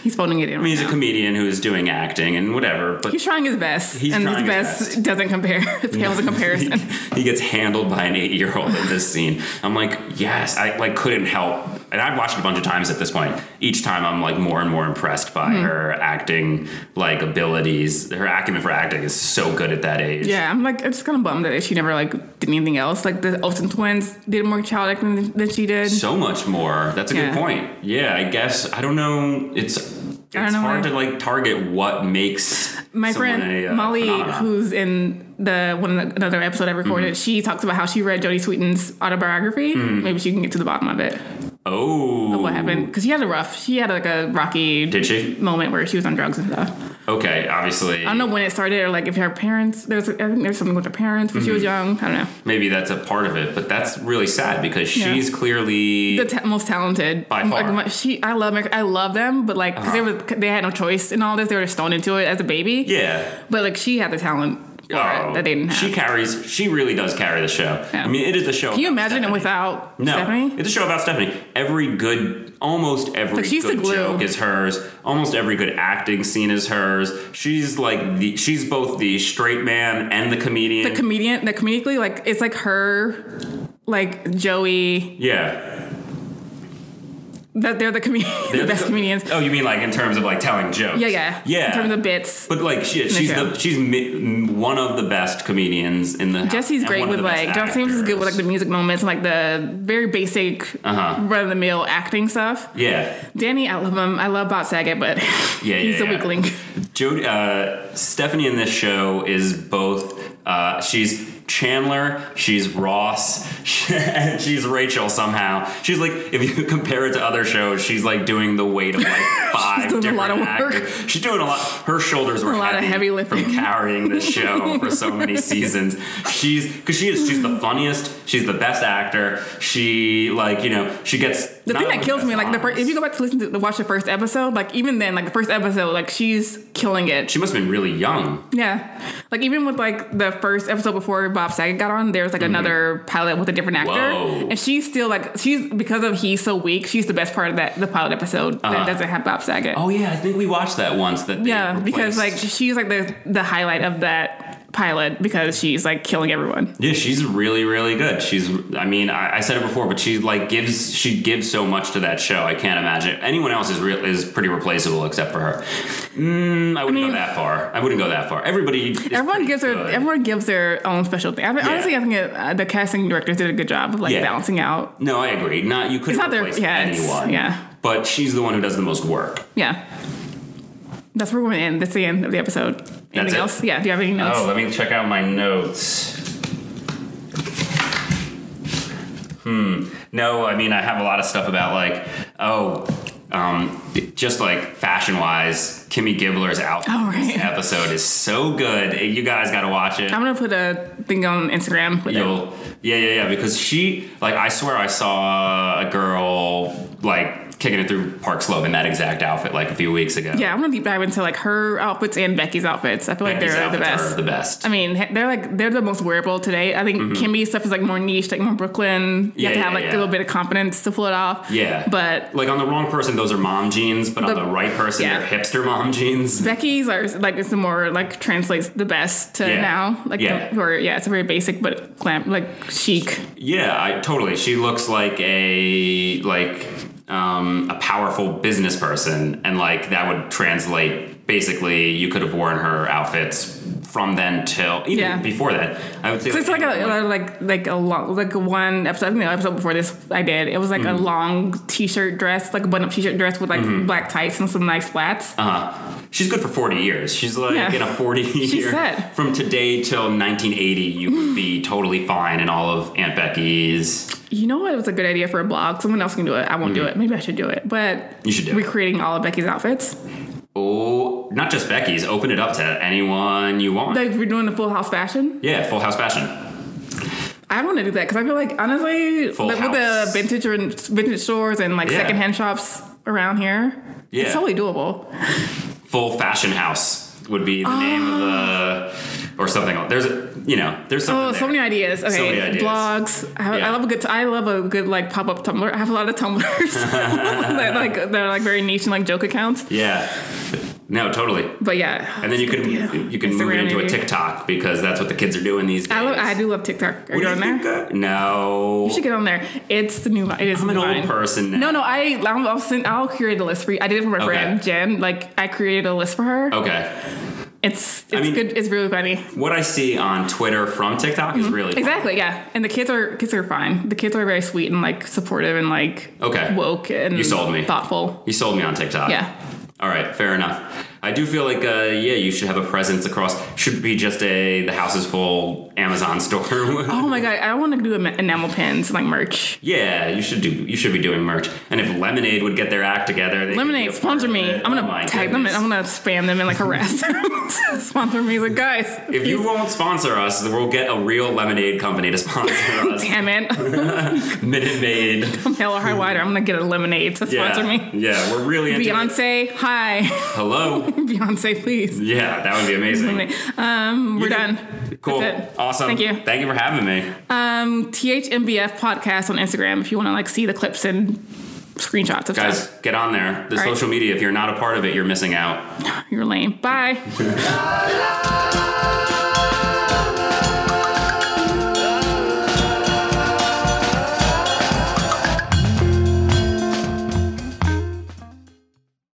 he's phoning it in.
I mean, he's a comedian who is doing acting and whatever, but
He's trying his best,
He's
and his
trying his
best,
best.
doesn't compare. It pales in comparison.
he gets handled by an eight-year-old in this scene. I'm like, yes, I like couldn't help, and I've watched it a bunch of times at this point. Each time, I'm like more and more impressed
Hmm.
by her acting like abilities. Her acumen for acting is so good at that age.
Yeah, I'm like, I'm just kind of bummed that she never like did anything else. Like the Olsen twins did more child acting than, than she did.
so much more. That's a
Yeah.
good point. Yeah, I guess I don't know. It's it's
I don't know
hard
why.
to like target what makes
My
someone
friend
a, uh,
Molly,
phenomenon.
who's in the one of the- another episode I recorded,
Mm-hmm.
she talks about how she read Jodie Sweetin's autobiography. Maybe she can get to the bottom of it.
oh
What happened? Because she had a rough, she had like a rocky
Did she?
moment where she was on drugs and stuff.
Okay, obviously.
I don't know when it started or like if her parents there's I think there's something with her parents when she was
Mm-hmm.
young. I don't know.
maybe that's a part of it, but that's really sad because
Yeah.
she's clearly
The ta- most talented
By far. Uh-huh.
Like, my- she, I love America- I love them, but like 'cause they were they had no choice in all this. They were just thrown into it as a baby.
yeah.
But like she had the talent for
Oh,
it that they didn't have.
She carries. She really does carry the show.
Yeah.
I mean, it is a show.
Can you
about
imagine it
Stephanie.
without
No,
Stephanie?
it's a show about Stephanie. Every good, almost every
Like, she's the
good
glue.
joke is hers. Almost every good acting scene is hers. She's like the. She's both the straight man and the comedian.
the comedian, the comedically like it's like her, like Joey.
yeah.
That they're the comedian, the
They're
best
co-
comedians.
Oh, you mean like in terms of like telling jokes?
Yeah, yeah,
yeah.
In terms of bits,
But like she, she's
show.
the, she's mi- one of the best comedians in the.
Jesse's
and
great
one of
with
the best
like John Stamos is good with like
actors.
the music moments, and, like the very basic,
Uh-huh.
run of the mill acting stuff.
Yeah,
Danny, I love him. I love Bob Saget, but
yeah,
he's a
yeah.
weak link.
Jody, uh, Stephanie in this show is both. Uh, she's Chandler, she's Ross, and she's Rachel somehow. She's like, if you compare it to other shows, she's like doing the weight of like five
doing a
different
lot of work.
actors. She's doing a lot. Her shoulders were
A lot of heavy lifting.
from carrying this show for so many seasons. She's because she is. She's the funniest. She's the best actor. She like you know she gets
The thing that kills me, like the first, if you go back to listen to the, watch the first episode, like even then, like the first episode, like she's killing it.
she must have been really young.
yeah, like even with like the first episode before Bob Saget got on, there was like another pilot with a different actor,
Mm-hmm. Whoa.
and she's still like she's because of he's so weak, she's the best part of that the pilot episode that doesn't have Bob Saget.
Uh-huh. Oh yeah, I think we watched that once. That they
yeah, because like
replaced-
she's like the the highlight of that pilot because she's like killing everyone.
yeah, she's really really good. She's I mean I, I said it before, but she like gives she gives so much to that show. I can't imagine anyone else is real is pretty replaceable except for her. Mm, I wouldn't
mean-
go that far. I wouldn't go that far. Everybody, is
Everyone
pretty
gives their
good.
everyone gives their own special thing. I mean,
Yeah.
honestly, I think it, uh, the casting directors did a good job of like
Yeah.
balancing out.
No, I agree. Not you couldn't
It's not their-
replace
yeah, it's-
anyone.
yeah.
but she's the one who does the most work.
Yeah, that's where we're going to end. That's the end of the episode. Anything
it?
else? Yeah. Do you have any notes?
Oh, let me check out my notes. Hmm. Hmm. No, I mean I have a lot of stuff about like oh, um, just like fashion wise, Kimmy Gibbler's outfit
Oh, right.
episode is so good. You guys got to watch it.
I'm gonna put a thing on Instagram. With it.
You'll, yeah, yeah, yeah. Because she, like, I swear I saw a girl like kicking it through Park Slope in that exact outfit like a few weeks ago.
Yeah, I'm gonna deep dive into like her outfits and Becky's outfits. I feel like
These
they're the
outfits
best.
Are the best.
I mean, he- they're like they're the most wearable today. I think Kimmy's stuff is like more niche, like more Brooklyn. You have
Mm-hmm. Yeah,
to have
yeah,
like
yeah.
a little bit of confidence to pull it off.
Yeah.
But
Like on the wrong person, those are mom jeans, but on
The-
the right person,
yeah.
they're hipster mom jeans.
Becky's are like it's the more like translates the best to
Yeah.
now. Like
Yeah.
the- or yeah, it's very basic but glam like chic.
Yeah, I totally. She looks like a like um, a powerful business person, and like that would translate basically you could have worn her outfits from then till even
Yeah.
before that. I would say uh-huh.
So it's like a uh, like like a long like one episode. I think the episode before this I did. It was like
Mm-hmm.
a long t-shirt dress, like a button-up t-shirt dress with like black tights and some nice flats.
Uh, she's good for 40 years. She's like
uh-huh. Yeah.
in a 40
She
year.
said.
From today till 1980, you would be totally fine in all of Aunt Becky's.
you know what? It was a good idea for a blog. Someone else can do it. I won't do it. Maybe I should do it. But
Mm-hmm. You should do it.
recreating all of Becky's outfits.
Oh, not just Becky's. Open it up to anyone you want.
Like we're doing the Full House fashion.
yeah, Full House fashion.
I want to do that because I feel like honestly,
Full
like, with the
House.
vintage or vintage stores and like
Yeah.
secondhand shops around here,
Yeah.
it's totally doable.
Full Fashion House would be the name of the or something. like- There's a you know there's something.
Ah. Oh, so
there.
many ideas. Okay,
many ideas.
blogs. I,
Yeah.
I love a good. T- I love a good like pop up Tumblr. I have a lot of Tumblrs that like they're like very niche and like joke accounts.
Yeah. No, totally.
But yeah,
And then you can you can move it
Instagram
into a
maybe.
TikTok because that's what the kids are doing these days.
I love. I do love TikTok. Are
What
you
do
on there?
think, uh, no.
You should get on there. It's the new. It is
I'm
the
an
new
old
line.
person now.
No, no. I I'll, I'll send. I'll create a list for you. I did it for my
Okay.
friend Jen. Like I created a list for her.
Okay.
It's it's
I mean-
good. It's really funny.
What I see on Twitter from TikTok
Mm-hmm.
is really
Exactly. Yeah. And the kids are kids are fine. The kids are very sweet and like supportive and like
Okay.
woke and
You sold me.
thoughtful.
You sold me on TikTok.
Yeah.
All right, fair enough. I do feel like, uh, yeah, you should have a presence across. Should be just a the house is full Amazon store.
Oh my god, I want to do em- enamel pins like merch.
Yeah, you should do. You should be doing merch. And if Lemonade would get their act together, they
Lemonade, sponsor me. I'm
oh
gonna tag them and I'm gonna spam them and like harass them. sponsor me, like guys.
If you won't sponsor us, then we'll get a real lemonade company to sponsor us.
Damn it,
Minute Maid.
hell or high water, I'm gonna get a lemonade to
Yeah.
sponsor me.
Yeah, we're really into it.
Beyonce, hi,
Hello.
Beyonce, please.
Yeah, that would be amazing.
Um, we're
You can-
done.
Cool.
That's it.
Awesome.
Thank you.
Thank you for having me.
Um, THMBF podcast on Instagram if you want to like see the clips and screenshots of
Guys,
stuff.
get on there. The
All right.
social media, if you're not a part of it, you're missing out.
You're lame. Bye.
la, la.